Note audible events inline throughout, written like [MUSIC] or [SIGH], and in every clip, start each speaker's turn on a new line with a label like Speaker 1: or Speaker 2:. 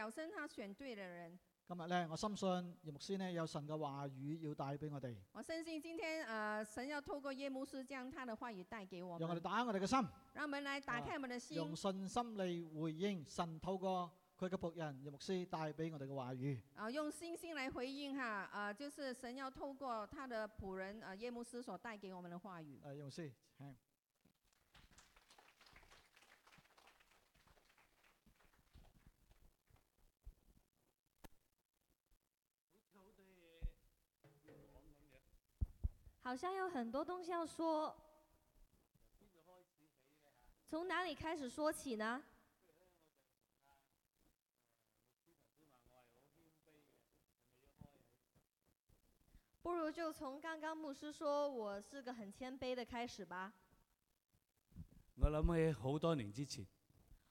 Speaker 1: 小生他选对了人。
Speaker 2: 今日咧，我深信葉牧師呢有神嘅話語要帶俾我哋，
Speaker 1: 我相信今天呃，神要透過耶牧师将他的話語帶給我
Speaker 2: 讓我哋
Speaker 1: 們，
Speaker 2: 打開我哋嘅心，
Speaker 1: 让我們來打開我們的心，
Speaker 2: 啊用信心嚟回應神透過佢嘅仆人葉牧師帶俾我哋嘅話語。
Speaker 1: 啊、用信心來回應哈，啊，就是神要透過他的仆人啊耶牧师所帶給我們的話語。
Speaker 2: 誒，葉牧師，請。
Speaker 3: 好像有很多东西要说。从哪里开始说起呢？不如就从刚刚牧师说我是个很谦卑的开始吧。
Speaker 4: 我諗起好多年之前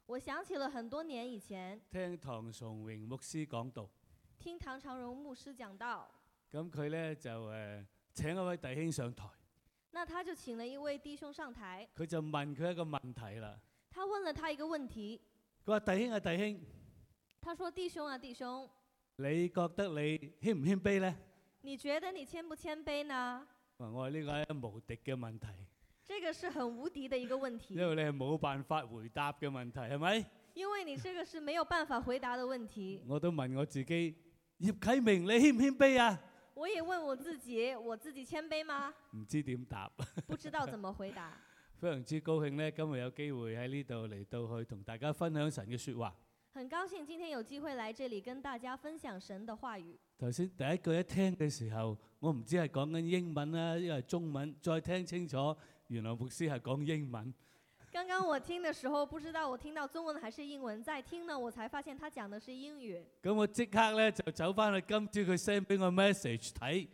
Speaker 3: 我想起了很多年以前
Speaker 4: 聽唐崇榮牧師講道，
Speaker 3: 听唐长荣牧师讲道，
Speaker 4: 咁佢呢就誒、呃、請一位弟兄上台，
Speaker 3: 那他就请了一位弟兄上台，
Speaker 4: 佢就問佢一個問題啦。
Speaker 3: 他问了他一个问題，
Speaker 4: 佢話：弟兄啊，弟兄，
Speaker 3: 他说：“弟兄啊，弟兄，
Speaker 4: 你覺得你謙唔謙卑呢？
Speaker 3: 你觉得你谦不谦卑呢？”
Speaker 4: 我話呢個係一個無敵嘅問題，
Speaker 3: 这个是很无敌的一个问题
Speaker 4: [LAUGHS] 因，為你係冇辦法回答嘅問題，係咪？
Speaker 3: 因为你这个是没有办法回答的问题。
Speaker 4: 我都問我自己，葉啟明，你謙唔謙卑啊？
Speaker 3: 我也问我自己，我自己谦卑吗？
Speaker 4: 唔知點答，
Speaker 3: 不知道怎么回答。
Speaker 4: [LAUGHS] 非常之高興呢。今日有機會喺呢度嚟到去同大家分享神嘅説話。
Speaker 3: 很高兴今天有机会来这里跟大家分享神的话语。
Speaker 4: 頭先第一句一聽嘅時候，我唔知係講緊英文啦，因為中文。再聽清楚，原來牧師係講英文。
Speaker 3: 刚刚我听的时候，不知道我听到中文还是英文，在听呢，我才发现他讲的是英语。
Speaker 4: 咁我即刻咧就走翻去今朝佢 send 俾我 message 睇，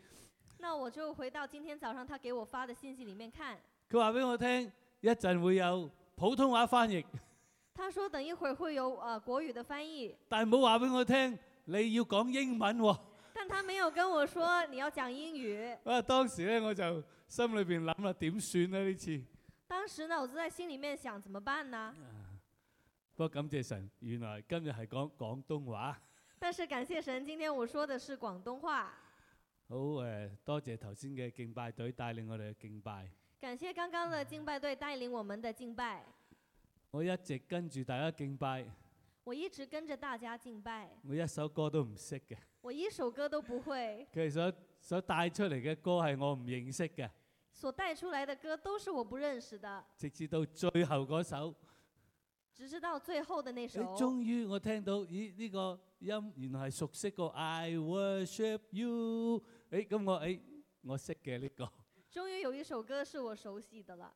Speaker 3: 那我就回到今天早上他给我发的信息里面看，
Speaker 4: 佢話俾我聽，一陣會有普通話翻譯，
Speaker 3: 他说等一会儿会有呃国语的翻译，
Speaker 4: 但係冇話俾我聽你要講英文喎、
Speaker 3: 但他没有跟我说你要讲英语。
Speaker 4: 啊，當時咧我就心裏邊諗啦，點算咧呢次？
Speaker 3: 当时呢，我就在心里面想怎么办呢？
Speaker 4: 不過感謝神，原來今日係講廣東話。
Speaker 3: 但是感谢神，今天我说的是廣東話。
Speaker 4: 好誒、呃多謝頭先嘅敬拜隊帶領我哋嘅敬拜。
Speaker 3: 感谢刚刚的敬拜队带领我们的敬拜，
Speaker 4: 我一直跟住大家敬拜，
Speaker 3: 我一直跟着大家敬拜，
Speaker 4: 我一首歌都唔識嘅。
Speaker 3: 我一首歌都不會，
Speaker 4: 佢哋所所帶出嚟嘅歌係我唔認識嘅，
Speaker 3: 所带出来的歌都是我不認識的，
Speaker 4: 直至到最後嗰首，
Speaker 3: 直至到最後的那
Speaker 4: 誒
Speaker 3: 首，
Speaker 4: 終於我聽到，咦呢、個音原來係熟悉過 I worship you，誒咁我誒我識嘅呢個，
Speaker 3: 終於有一首歌是我熟悉的了。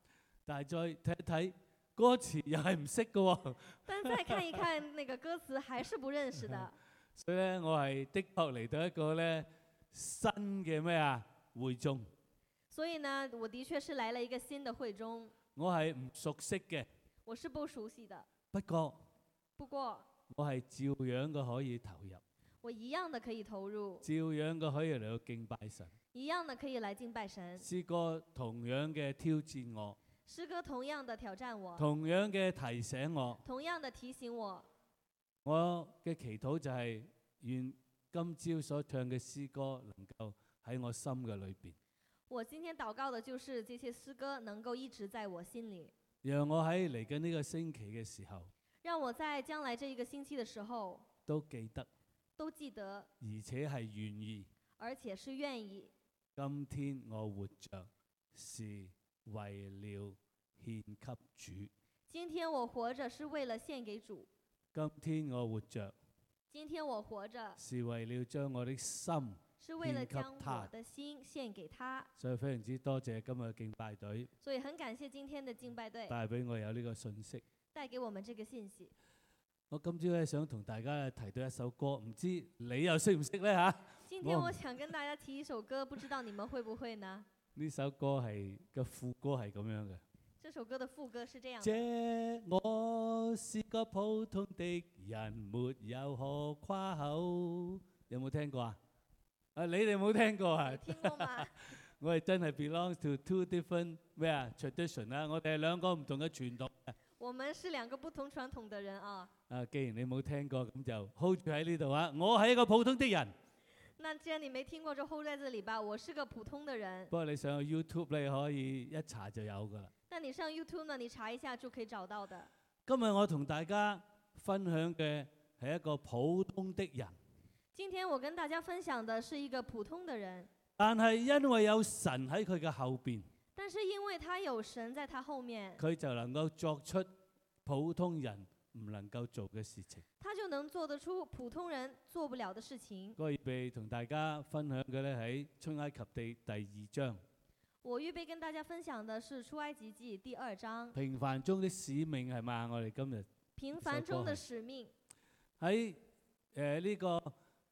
Speaker 4: 但係再睇一睇歌詞又係唔識嘅喎，
Speaker 3: 但再看一看那个歌詞，還是不認識的。
Speaker 4: 所以咧我係的確嚟到一個咧新嘅咩啊會眾，
Speaker 3: 所以呢，我的確是來了一個新的會中，
Speaker 4: 我係唔熟悉嘅，
Speaker 3: 我是不熟悉的。
Speaker 4: 不過
Speaker 3: 不過
Speaker 4: 我係照樣嘅可以投入。
Speaker 3: 我一樣的可以投入，
Speaker 4: 照樣嘅可以嚟到敬拜神。
Speaker 3: 一樣的可以來敬拜神。
Speaker 4: 詩歌同樣嘅挑戰我，
Speaker 3: 诗歌同樣的挑戰我，
Speaker 4: 同樣嘅提醒我。
Speaker 3: 同樣的提醒我。
Speaker 4: 我嘅祈禱就係願今朝所唱嘅詩歌能夠喺我心嘅裏邊，
Speaker 3: 我今天祷告的就是这些诗歌能够一直在我心里，
Speaker 4: 讓我喺嚟緊呢個星期嘅時候
Speaker 3: 让我在将来这一个星期的时候
Speaker 4: 都記得，
Speaker 3: 都記得，
Speaker 4: 而且係願意。
Speaker 3: 而且是愿意。
Speaker 4: 今天我活着是為了獻給主，
Speaker 3: 今天我活着是为了献给主，
Speaker 4: 今天我活着
Speaker 3: 今天我活着
Speaker 4: 是為了將我的心。
Speaker 3: 是为了
Speaker 4: 献给
Speaker 3: 将
Speaker 4: 他
Speaker 3: 我的心献给他。
Speaker 4: 所以非常之多謝今日嘅敬拜隊。
Speaker 3: 所以很感谢今天的敬拜队
Speaker 4: 帶俾我有呢個信息。
Speaker 3: 带给我们这个信息。
Speaker 4: 我今朝咧想同大家提到一首歌，唔知你又識唔識呢？吓？
Speaker 3: 今天
Speaker 4: 哇
Speaker 3: 我想跟大家提一首歌，不知道你们会不会呢？
Speaker 4: 呢首歌係嘅副歌係咁樣嘅。
Speaker 3: 这首歌的副歌是这样的：
Speaker 4: 這我是個普通的人，沒有可誇口。有冇聽過啊？啊，你哋冇聽過
Speaker 3: 你
Speaker 4: 啊？
Speaker 3: 听过吗？ [LAUGHS]
Speaker 4: 我哋真係 belong to two different 咩啊 tradition 啦。我哋係兩個唔同嘅傳統。
Speaker 3: 我们是两个不同传统的人啊。
Speaker 4: 啊，既然你冇聽過，咁就 hold 住喺呢度啊！我係一個普通的人，
Speaker 3: 那既然你没听过，就 hold 在这里吧。我是个普通的人
Speaker 4: 不，過你上去 YouTube 咧，可以一查就有噶啦。
Speaker 3: 那你上 YouTube 呢，你查一下就可以找到的。
Speaker 4: 今日我同大家分享嘅係一個普通的人，
Speaker 3: 今天我跟大家分享的是一个普通的人，
Speaker 4: 但係因為有神喺佢嘅後邊，
Speaker 3: 但是因为他有神在他后面，
Speaker 4: 佢就能夠作出普通人唔能夠做嘅事情。
Speaker 3: 他就能做得出普通人做不了的事情。
Speaker 4: 我預備同大家分享嘅咧喺出埃及地第二章，
Speaker 3: 我预备跟大家分享的是《出埃及记》第二章，
Speaker 4: 平凡中的使命係嘛？我哋今日。
Speaker 3: 平凡中的使命。
Speaker 4: 喺誒呢個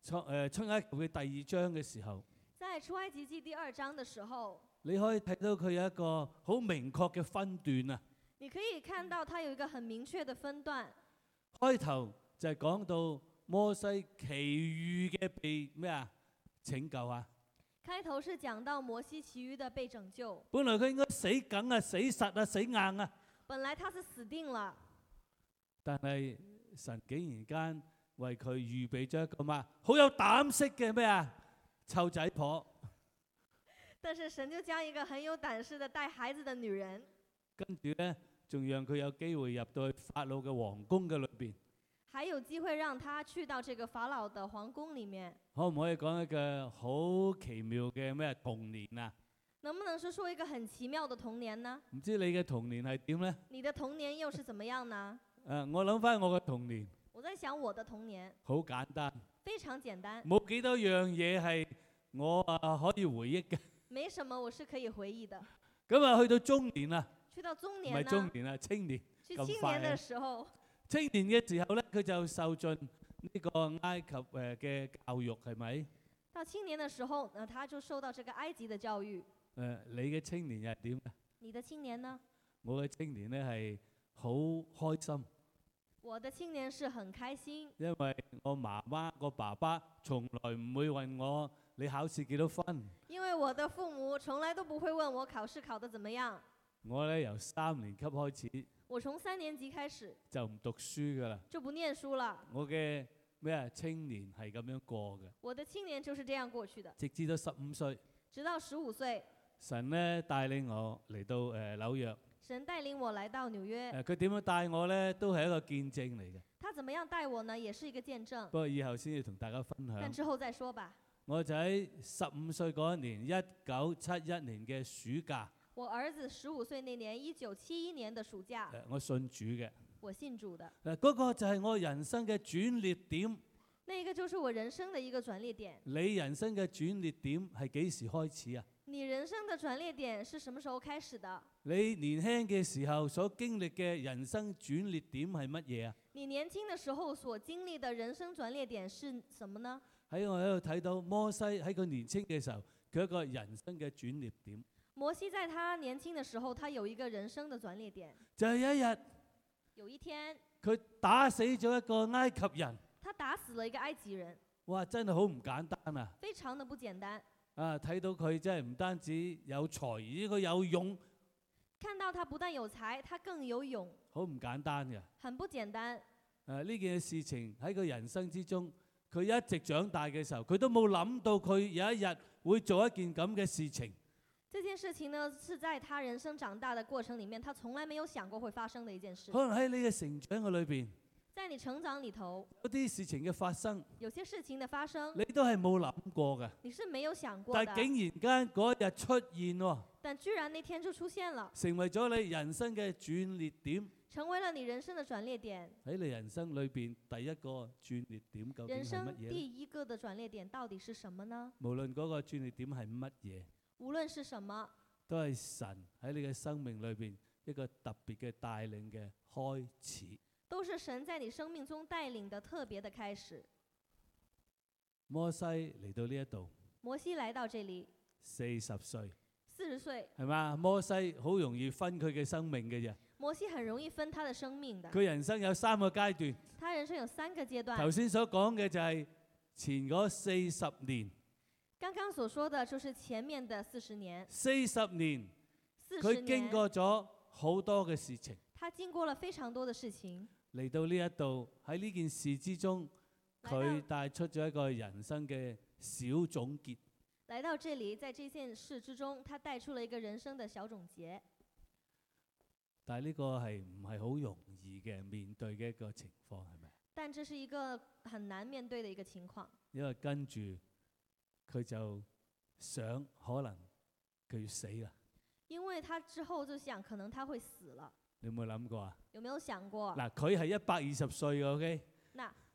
Speaker 4: 創誒出埃及嘅第二章嘅時候，
Speaker 3: 在《出埃及记》第二章的时候，
Speaker 4: 你可以睇到佢有一個好明確嘅分段啊。
Speaker 3: 你可以看到它有一个很明确的分段。
Speaker 4: 開頭就係講到摩西其餘嘅被咩啊拯救啊。
Speaker 3: 开头是讲到摩西其余的被拯救，
Speaker 4: 本來佢應該死梗啊、死實啊、死硬啊，
Speaker 3: 本来他是死定了，
Speaker 4: 但係神竟然間為佢預備咗一個嘛好有膽識嘅咩啊臭仔婆，
Speaker 3: 但是神就将一个很有胆识的带孩子的女人，
Speaker 4: 跟住咧仲讓佢有機會入到去法老嘅皇宮嘅裏邊。
Speaker 3: 还有机会让她去到这个法老的皇宫里面。
Speaker 4: 可唔可以講一個好奇妙嘅咩童年啊？
Speaker 3: 能不能是说一个很奇妙的童年呢？
Speaker 4: 唔知你嘅童年係點呢？
Speaker 3: 你的童年又是怎么样呢？
Speaker 4: 誒、我諗翻我嘅童年
Speaker 3: 我在想我的童年
Speaker 4: 好簡單，
Speaker 3: 非常简单，
Speaker 4: 冇幾多樣嘢係我啊可以回憶嘅。
Speaker 3: 没什么我是可以回忆的。
Speaker 4: 咁啊，去到中年啊，
Speaker 3: 去到中
Speaker 4: 唔
Speaker 3: 年
Speaker 4: 係中
Speaker 3: 呢，
Speaker 4: 年啊，青年。
Speaker 3: 去
Speaker 4: 咁
Speaker 3: 青
Speaker 4: 快
Speaker 3: 年
Speaker 4: 啊
Speaker 3: 的时候，
Speaker 4: 青年嘅時候呢，佢就受盡呢個埃及誒嘅教育係咪？誒、
Speaker 3: 到青年的时候，那他就受到这个埃及的教育。
Speaker 4: 你嘅青年又係點呢？
Speaker 3: 你的青年呢？
Speaker 4: 我嘅青年呢係好開心，
Speaker 3: 我的青年是很开心，
Speaker 4: 因為我媽媽個爸爸從來唔會問我你考試幾多分。
Speaker 3: 因为我的父母从来都不会问我考试考得怎么样。
Speaker 4: 我咧由三年級開始
Speaker 3: 我从三年级开始
Speaker 4: 就唔讀書噶啦，
Speaker 3: 就不念书了，
Speaker 4: 我嘅咩啊青年係咁樣過嘅，
Speaker 3: 我的青年就是这样过去的，
Speaker 4: 直至到十五歲，
Speaker 3: 直到十五岁，
Speaker 4: 神咧帶領我嚟到誒、呃、紐約，
Speaker 3: 神帶领我来到纽约。
Speaker 4: 誒佢點樣帶我咧都係一個見證嚟嘅，
Speaker 3: 他怎么样带我呢？也是一个见证
Speaker 4: 不。過以後先要同大家分
Speaker 3: 但
Speaker 4: 享。
Speaker 3: 之后再说吧。
Speaker 4: 我就喺十五歲嗰一年，一九七一年嘅暑假，
Speaker 3: 我儿子十五岁那年，一九七一年的暑假，
Speaker 4: 呃我信主嘅，
Speaker 3: 我信主的，
Speaker 4: 嗱、嗰個就係我人生嘅轉捩點。
Speaker 3: 那个就是我人生的一个转捩点。
Speaker 4: 你人生嘅轉捩點係幾時開始啊？
Speaker 3: 你人生的转捩点是什么时候开始的？
Speaker 4: 你年輕嘅時候所經歷嘅人生轉捩點係乜嘢啊？
Speaker 3: 你年轻的时候所经历的人生转捩点是什么呢？
Speaker 4: 喺我喺度睇到摩西喺佢年青嘅時候，佢一個人生嘅轉捩點，
Speaker 3: 摩西在他年轻的时候，他有一个人生的转捩点。
Speaker 4: 就係、一日
Speaker 3: 有一天，
Speaker 4: 佢打死咗一個埃及人，
Speaker 3: 他打死了一个埃及人，
Speaker 4: 哇！真係好唔簡單啊！
Speaker 3: 非常的不简单。
Speaker 4: 啊，睇到佢真係唔單止有才，而且佢有勇，
Speaker 3: 看到他不但有才，他更有勇，
Speaker 4: 好唔簡單嘅。
Speaker 3: 很不简单。
Speaker 4: 誒呢件事情喺佢人生之中，佢一直長大嘅時候，佢都冇諗到佢有一日會做一件咁嘅事情。
Speaker 3: 这件事情呢，是在他人生长大的过程里面，他从来没有想过会发生的一件事。
Speaker 4: 可能喺你嘅成長嘅裏邊。
Speaker 3: 在你成长里头，
Speaker 4: 有啲事情嘅發生，
Speaker 3: 有些事情的发生，
Speaker 4: 你都係冇諗過嘅，
Speaker 3: 你是没有想过
Speaker 4: 但
Speaker 3: 的
Speaker 4: 係，竟然間嗰一日出現喎，
Speaker 3: 但居然那天就出现了，
Speaker 4: 成為咗你人生嘅轉捩點。
Speaker 3: 成为了你人生的转捩点。
Speaker 4: 喺你人生裏邊第一個轉捩點究竟
Speaker 3: 人
Speaker 4: 係乜
Speaker 3: 生
Speaker 4: 嘢呢？
Speaker 3: 第一个的转捩点到底是什么呢？
Speaker 4: 無論嗰個轉捩點係乜嘢，
Speaker 3: 无论是什么，
Speaker 4: 都係神喺你嘅生命裏邊一個特別嘅帶領嘅開始。
Speaker 3: 都是神在你生命中带领的特别的开始。
Speaker 4: 摩西嚟到呢一度，
Speaker 3: 摩西来到这里，
Speaker 4: 四十歲
Speaker 3: 四十岁，
Speaker 4: 係嘛？摩西好容易分佢嘅生命嘅啫，
Speaker 3: 摩西很容易分他的生命的。
Speaker 4: 佢人生有三個階段。
Speaker 3: 他人生有三个阶段
Speaker 4: 頭，先所講嘅就係前嗰四十年，
Speaker 3: 刚刚所说的就是前面的四十年，
Speaker 4: 四十年
Speaker 3: 四十
Speaker 4: 佢經
Speaker 3: 年，
Speaker 4: 過咗好多嘅事情，
Speaker 3: 他经过了非常多的事情，
Speaker 4: 嚟到呢一度喺呢件事之中，
Speaker 3: 来到
Speaker 4: 佢帶出咗一個人生嘅小總結。
Speaker 3: 来到这里，在这件事之中，他带出了一个人生的小总结。
Speaker 4: 但係呢個係唔係好容易嘅面對嘅一個情況係咪？
Speaker 3: 但这是一个很难面对的一个情况，
Speaker 4: 因為跟住佢就想可能佢要死啦。
Speaker 3: 因为他之后就想，可能他会死了。
Speaker 4: 你有冇諗過啊？
Speaker 3: 有没有想过？
Speaker 4: 嗱，佢係一百二十歲嘅，OK，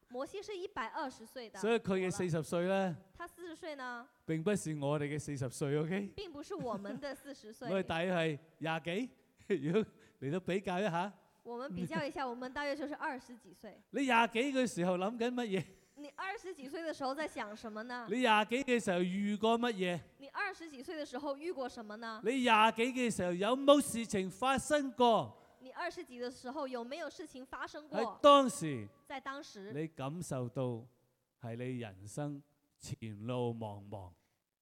Speaker 3: 摩西是一百二十岁的，
Speaker 4: 所以佢嘅
Speaker 3: 好
Speaker 4: 四
Speaker 3: 了
Speaker 4: 十歲咧，
Speaker 3: 他四十岁呢，
Speaker 4: 並不是我哋嘅四十歲，OK，
Speaker 3: 并不是我们的四十岁
Speaker 4: 我。哋大約係廿幾。 [LAUGHS] 如果嚟到比較一下，
Speaker 3: 我们比较一下，我们大约就是二十几岁。
Speaker 4: 你廿幾嘅時候諗緊乜嘢？
Speaker 3: 你二十几岁的时候在想什么呢？
Speaker 4: 你廿幾嘅時候遇過乜嘢？
Speaker 3: 你二十几岁的时候遇过什么呢？
Speaker 4: 你廿幾嘅時候有冇事情發生過？
Speaker 3: 你二十几的时候有没有事情发生
Speaker 4: 喺
Speaker 3: 过？
Speaker 4: 當時
Speaker 3: 在当时
Speaker 4: 你感受到係你人生前路茫茫。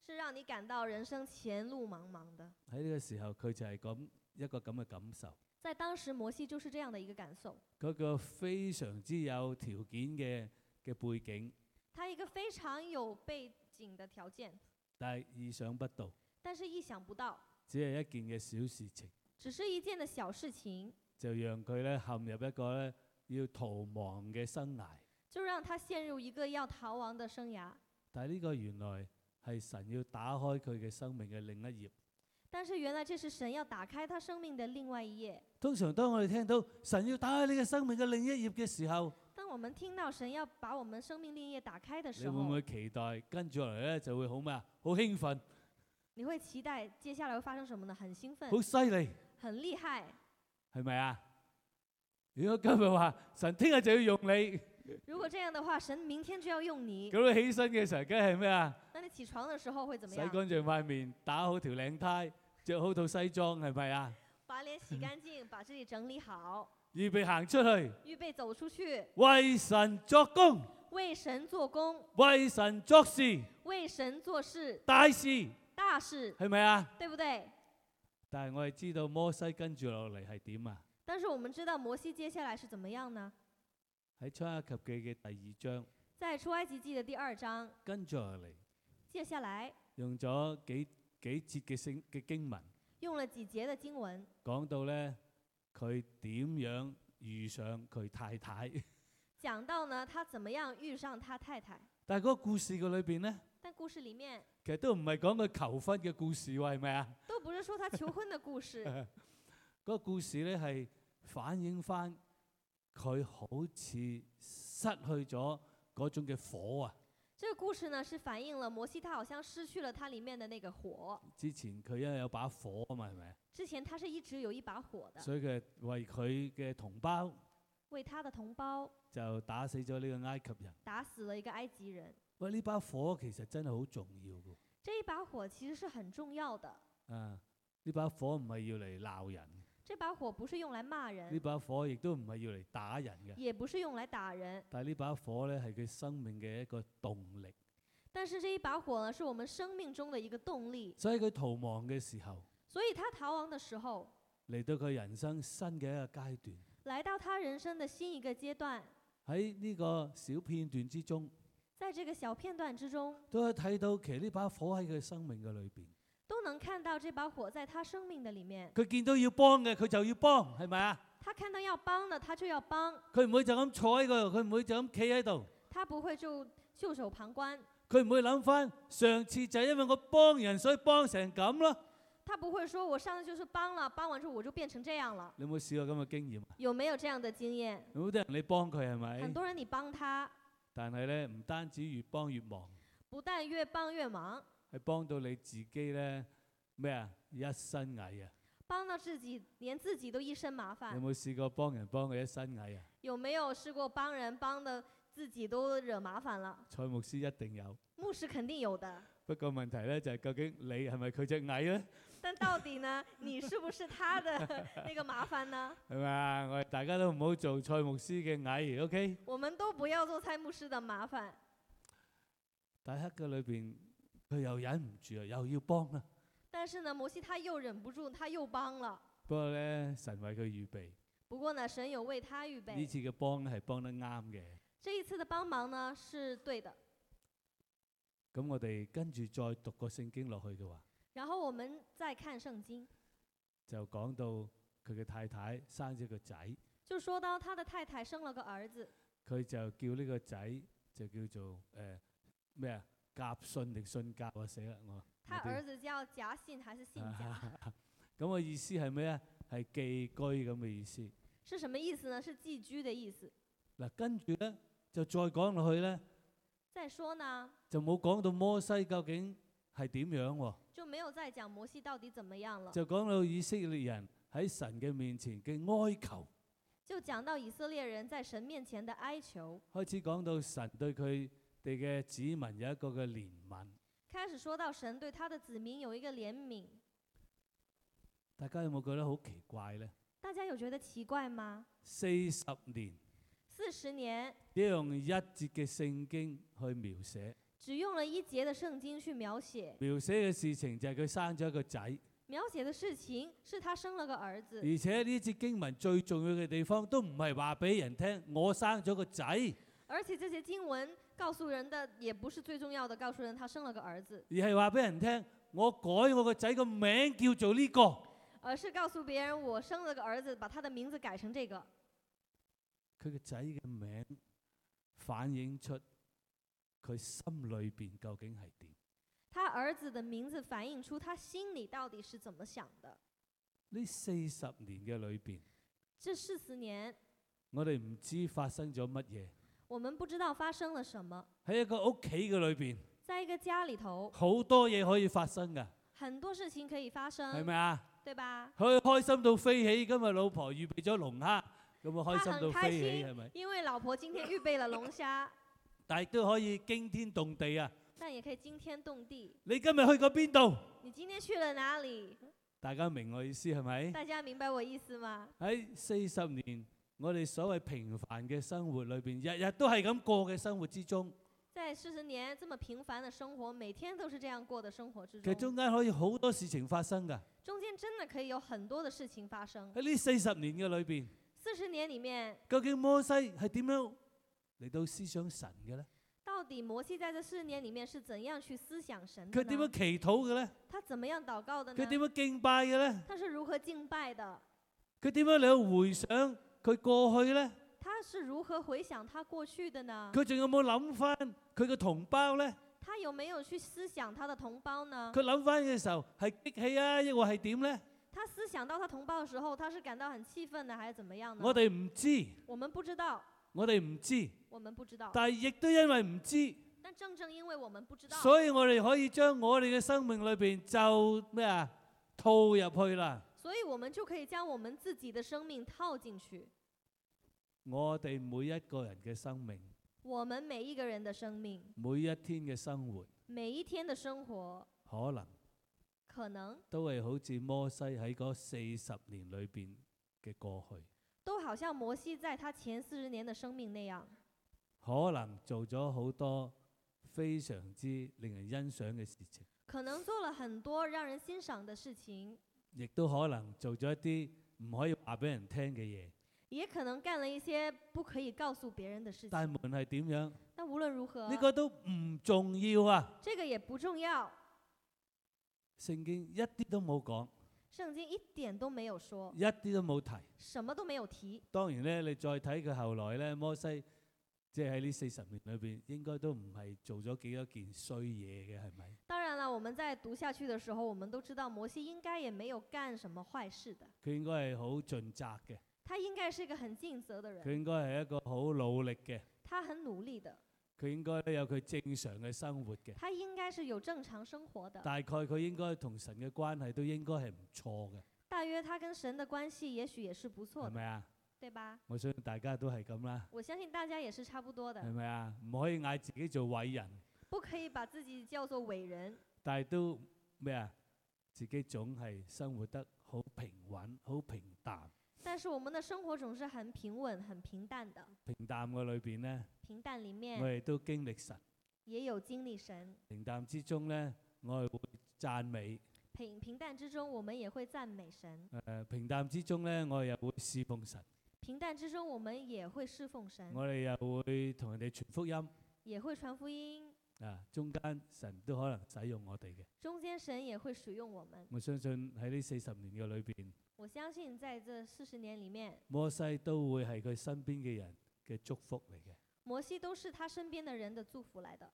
Speaker 3: 是让你感到人生前路茫茫的。
Speaker 4: 喺呢個時候，佢就係咁一個咁嘅感受。
Speaker 3: 在当时，摩西就是这样的一个感受。
Speaker 4: 佢個非常之有條件嘅嘅背景，
Speaker 3: 他一个非常有背景的条件，
Speaker 4: 但係意想不到，
Speaker 3: 但是意想不到，
Speaker 4: 只係一件嘅小事情，
Speaker 3: 只是一件的小事情，
Speaker 4: 就讓佢咧陷入一個咧要逃亡嘅生涯。
Speaker 3: 就让他陷入一个要逃亡的生涯。
Speaker 4: 但係呢個原來係神要打開佢嘅生命嘅另一頁。
Speaker 3: 但是原来这是神要打开他生命的另外一页。
Speaker 4: 通常當我哋聽到神要打開你嘅生命嘅另一頁嘅時候，
Speaker 3: 当我们听到神要把我们生命另一页打开的
Speaker 4: 你
Speaker 3: 时
Speaker 4: 會唔
Speaker 3: 候，
Speaker 4: 會期待跟住落嚟咧就會好咩啊？好興奮，
Speaker 3: 你会期待接下来会发生什么呢？很兴奋，
Speaker 4: 好犀利，
Speaker 3: 很厉害。
Speaker 4: 係咪啊？如果今日話神聽日就要用你，
Speaker 3: 如果这样的话，神明天就要用你，
Speaker 4: 咁你起身嘅時候，梗係咩啊？
Speaker 3: 那你起床的时候会怎么
Speaker 4: 洗
Speaker 3: 样
Speaker 4: 乾？淨塊面，打好條領呔，着好套西裝，係咪啊？
Speaker 3: 把脸洗干净，把这里整理好，
Speaker 4: 預備行出去，
Speaker 3: 预备走出去，
Speaker 4: 為神作工，
Speaker 3: 为神做工，
Speaker 4: 為神作事，
Speaker 3: 为神做事，
Speaker 4: 大事係
Speaker 3: 大事，
Speaker 4: 咪啊？
Speaker 3: 对不对？
Speaker 4: 但係我哋知道摩西跟住落嚟係點啊？
Speaker 3: 但是我们知道摩西接下来是怎么样呢？
Speaker 4: 喺出埃及記嘅第二章。
Speaker 3: 在出埃及记的第二章，
Speaker 4: [LAUGHS] 跟住落嚟，
Speaker 3: 接下来
Speaker 4: 用咗幾幾節嘅聖嘅經文，
Speaker 3: 用了几节的经文，
Speaker 4: 講到呢，佢點樣遇上佢太太。
Speaker 3: 讲到呢他怎么样遇上他太太。
Speaker 4: 但係嗰個故事嘅裏邊呢，
Speaker 3: 但故事里面
Speaker 4: 其實都唔係講佢求婚嘅故事喎，係咪啊？
Speaker 3: 都不是说他求婚的故
Speaker 4: [LAUGHS]
Speaker 3: 事，
Speaker 4: [LAUGHS] 嗰個故事呢係反映翻佢好似失去咗嗰種嘅火啊！
Speaker 3: 这个故事呢是反映了摩西他好像失去了他里面的那个火。
Speaker 4: 之前佢因為有把火啊嘛，係咪？
Speaker 3: 之前他是一直有一把火的，
Speaker 4: 所以佢為佢嘅同胞
Speaker 3: 为他的同胞
Speaker 4: 就打死咗呢個埃及人。
Speaker 3: 打死了一个埃及人。
Speaker 4: 喂，呢把火其實真係好重要㗎喎。
Speaker 3: 这一把火其实是很重要的，
Speaker 4: 啊！呢把火唔係要嚟鬧人，
Speaker 3: 这把火不是用来骂
Speaker 4: 呢
Speaker 3: 人，
Speaker 4: 把火亦都唔係要嚟打人嘅。
Speaker 3: 也不是用来打人，
Speaker 4: 但係呢把火咧係佢生命嘅一個動力，
Speaker 3: 但是这一把火呢是我们生命中的一个动力。
Speaker 4: 所以佢逃亡嘅時候，
Speaker 3: 所以他逃亡的时候，
Speaker 4: 嚟到佢人生新嘅一個階段。
Speaker 3: 来到他人生的新一个阶段，
Speaker 4: 喺呢個小片段之中，
Speaker 3: 在这个小片段之中，
Speaker 4: 都可以睇到其實呢把火喺佢生命嘅裏邊。
Speaker 3: 都能看到这把火在他生命的里面。
Speaker 4: 佢見到要幫嘅，佢就要幫，係咪啊？
Speaker 3: 他看到要帮的，他就要帮，
Speaker 4: 佢唔會就咁坐喺嗰度，佢唔會就咁企喺度，
Speaker 3: 他不会就袖手旁观，
Speaker 4: 佢唔會諗翻上次就係因為我幫人，所以幫成咁咯。
Speaker 3: 他不会说我上次就是帮了，帮完之后我就变成这样了。
Speaker 4: 你有冇試過咁嘅經驗啊？
Speaker 3: 有没有这样的经验？
Speaker 4: 有好多人你幫佢係咪？
Speaker 3: 很多人你帮他，
Speaker 4: 但係咧，唔單止越幫越忙，
Speaker 3: 不但越帮越忙，
Speaker 4: 係幫到你自己咧咩啊一身蟻啊！
Speaker 3: 帮到自己连自己都一身麻
Speaker 4: 有
Speaker 3: 烦。
Speaker 4: 冇試過幫人幫佢一身蟻啊？
Speaker 3: 有没有试过帮人帮的自己都惹麻烦了？
Speaker 4: 蔡牧師一定有，
Speaker 3: 牧师肯定有的，
Speaker 4: 不過問題咧就係、究竟你係咪佢只蟻咧？
Speaker 3: 但到底呢，你是不是他的 [LAUGHS] 那个麻烦呢？
Speaker 4: 係咪啊？我哋大家都唔好做蔡牧師嘅蟻，OK？
Speaker 3: 我们都不要做蔡牧师的麻烦。
Speaker 4: 大黑嘅裏邊，佢又忍唔住啊，又要幫啊。
Speaker 3: 但是呢，摩西他又忍不住，他又帮了。
Speaker 4: 不過咧，神為佢預備，
Speaker 3: 不过呢，神有为他预
Speaker 4: 呢
Speaker 3: 备。
Speaker 4: 次嘅幫咧係幫得啱嘅。
Speaker 3: 这一次的帮忙呢是对的。
Speaker 4: 咁我哋跟住再讀個聖經落去嘅話，
Speaker 3: 然后我们再看圣经，
Speaker 4: 就講到佢嘅太太生咗個仔，
Speaker 3: 就说到他的太太生了个儿子，
Speaker 4: 佢就叫呢個仔就叫做誒咩啊？甲信定信甲啊？死啦我唔
Speaker 3: 他
Speaker 4: 記得
Speaker 3: 儿子叫夹信还是信
Speaker 4: 啊
Speaker 3: 夹？
Speaker 4: 咁我意思係咩啊？係寄居咁嘅意思。
Speaker 3: 是什么意思呢？是寄居的意思。
Speaker 4: 嗱，跟住咧就再講落去咧，
Speaker 3: 再说呢，
Speaker 4: 就冇講到摩西究竟係點樣喎、
Speaker 3: 就没有再讲摩西到底怎么样了，
Speaker 4: 就講到以色列人喺神嘅面前嘅哀求，
Speaker 3: 就讲到以色列人在神面前的哀求，
Speaker 4: 開始講到神對佢哋嘅子民有一個嘅憐憫。
Speaker 3: 开始说到神对他的子民有一个怜悯。
Speaker 4: 大家有冇覺得好奇怪呢？
Speaker 3: 大家有觉得奇怪吗？
Speaker 4: 四十年
Speaker 3: 四十年
Speaker 4: 只用一節嘅聖經去描寫，
Speaker 3: 只用了一节的圣经去描写，
Speaker 4: 描寫嘅事情就係佢生咗一個仔，而
Speaker 3: 描写的事情是他生了个儿子。
Speaker 4: 且呢節經文最重要嘅地方都唔係話俾人聽我生咗個仔。
Speaker 3: 而且这些经文告诉人的也不是最重要的，告诉人他生了个儿子，
Speaker 4: 而係話俾人聽，我改我個仔個名叫做呢、個。
Speaker 3: 而是告诉别人我生了个儿子，把他的名字改成这个。
Speaker 4: 佢個仔嘅名反映出佢心裏邊究竟係點。
Speaker 3: 他儿子的名字反映出他心里到底是怎么想的。
Speaker 4: 呢四十年嘅裏邊，
Speaker 3: 这四十年，
Speaker 4: 我哋唔知發生咗乜嘢。
Speaker 3: 我们不知道发生了什么，
Speaker 4: 喺一個屋企嘅裏邊，
Speaker 3: 在一个家里头，
Speaker 4: 好多嘢可以發生㗎，
Speaker 3: 很多事情可以发
Speaker 4: 係
Speaker 3: 生，
Speaker 4: 咪啊？
Speaker 3: 对吧？
Speaker 4: 佢開心到飛起，今日老婆預備咗龍蝦，咁啊開心到飛
Speaker 3: 他很開
Speaker 4: 起
Speaker 3: 心
Speaker 4: 係咪？
Speaker 3: 因为老婆今天预备了龙虾， [LAUGHS]
Speaker 4: 但係都可以驚天動地啊！
Speaker 3: 但也可以惊天动地。
Speaker 4: 你今日去過邊度？
Speaker 3: 你今天去了哪里？
Speaker 4: 大家明我意思係咪？
Speaker 3: 大家明白我意思吗？
Speaker 4: 喺四十年，我哋所謂平凡嘅生活裏邊，日日都係咁過嘅生活之中，
Speaker 3: 在四十年这么平凡的生活，每天都是这样过的生活之
Speaker 4: 其實
Speaker 3: 中，
Speaker 4: 中間可以好多事情發生㗎。
Speaker 3: 中间真的可以有很多的事情发生。
Speaker 4: 喺呢四十年嘅裏邊，
Speaker 3: 四十年里面，
Speaker 4: 究竟摩西係點樣嚟到思想神嘅呢？
Speaker 3: 到底摩西在这四十年里面是怎样去思想神的
Speaker 4: 佢點
Speaker 3: 呢
Speaker 4: 樣？祈禱嘅呢？
Speaker 3: 他怎么样祷告的
Speaker 4: 佢點
Speaker 3: 呢？
Speaker 4: 樣敬拜嘅呢？
Speaker 3: 他是如何敬拜的？
Speaker 4: 佢點樣嚟到回想佢過去呢？
Speaker 3: 他是如何回想他过去的呢？
Speaker 4: 佢仲有冇諗翻佢嘅同胞呢？
Speaker 3: 他有没有去思想他的同胞呢？
Speaker 4: 佢諗翻嘅時候係激氣啊，抑或係點呢？
Speaker 3: 他思想到他同胞的时候，他是感到很气愤呢，还是怎么样呢？
Speaker 4: 我哋唔知，
Speaker 3: 我们不知道，
Speaker 4: 我哋唔知，
Speaker 3: 我们不知道。
Speaker 4: 但係亦都因為唔知。
Speaker 3: 但正正因为我们不知道，
Speaker 4: 所以我哋可以將我哋嘅生命裏邊就咩啊套入去啦。
Speaker 3: 所以我们就可以将我们自己的生命套进去。
Speaker 4: 我哋每一個人嘅生命，
Speaker 3: 我们每一个人的生命，
Speaker 4: 每一天嘅生活，
Speaker 3: 每一天的生活，
Speaker 4: 可能
Speaker 3: 可能
Speaker 4: 都係好似摩西喺嗰四十年裏邊嘅過去，
Speaker 3: 都好像摩西在他前四十年的生命那样，
Speaker 4: 可能做咗好多非常之令人欣賞嘅事情，
Speaker 3: 可能做了很多让人欣赏的事情，
Speaker 4: 亦都可能做咗一啲唔可以話俾人聽嘅嘢。
Speaker 3: 也可能干了一些不可以告诉别人的事
Speaker 4: 但
Speaker 3: 情。
Speaker 4: 係無論係點樣，呢、
Speaker 3: 但无论如何，
Speaker 4: 個都唔重要啊！
Speaker 3: 这个也不重要。
Speaker 4: 聖經一啲都冇講，
Speaker 3: 圣经一点都没有说，
Speaker 4: 一啲都冇提。
Speaker 3: 什么都没有提。
Speaker 4: 當然咧，你再睇佢後來咧，摩西即係喺呢四十年裏邊，應該都唔係做咗幾多件衰嘢嘅，係咪？
Speaker 3: 当然了，我们在读下去的时候，我们都知道摩西应该也没有干什么坏事的，
Speaker 4: 佢應該係好盡責嘅，
Speaker 3: 他应该是一个很尽责的人。
Speaker 4: 佢應該係一個好努力嘅，
Speaker 3: 他很努力的，
Speaker 4: 佢應該都有佢正常嘅生活嘅。
Speaker 3: 他应該是有正常生活的。
Speaker 4: 大概佢應該同神嘅關係都應該係唔錯嘅，
Speaker 3: 大约他跟神的关系也许也是不错
Speaker 4: 係
Speaker 3: 的，
Speaker 4: 咪啊？
Speaker 3: 对吧？
Speaker 4: 我相信大家都係咁啦，
Speaker 3: 我相信大家也是差不多
Speaker 4: 係
Speaker 3: 的，
Speaker 4: 咪啊？唔可以嗌自己做偉人，
Speaker 3: 不可以把自己叫做伟人，
Speaker 4: 但係都咩啊？自己總係生活得好平穩、好平淡。
Speaker 3: 但是我们的生活总是很平穩、很平淡的。
Speaker 4: 平淡嘅裏邊呢，
Speaker 3: 平淡里
Speaker 4: 我
Speaker 3: 面
Speaker 4: 哋都經歷神。
Speaker 3: 也有经历神，
Speaker 4: 平淡之中呢，我係會讚美；
Speaker 3: 平平淡之中我们也会赞美神，
Speaker 4: Ờ, 誒、平淡之中呢，我又會侍奉神。
Speaker 3: 平淡之中，我们也會侍奉神，
Speaker 4: 我哋又會同人哋傳福音
Speaker 3: 也會傳福音，
Speaker 4: 啊，中間神都可能使用我哋嘅。
Speaker 3: 中間神也會使用我們。
Speaker 4: 我相信喺呢四十年嘅裏邊，
Speaker 3: 我相信在這四十年裡面，
Speaker 4: 摩西都會係佢身邊嘅人嘅祝福嚟嘅。
Speaker 3: 摩西都是他身邊的人的祝福來的。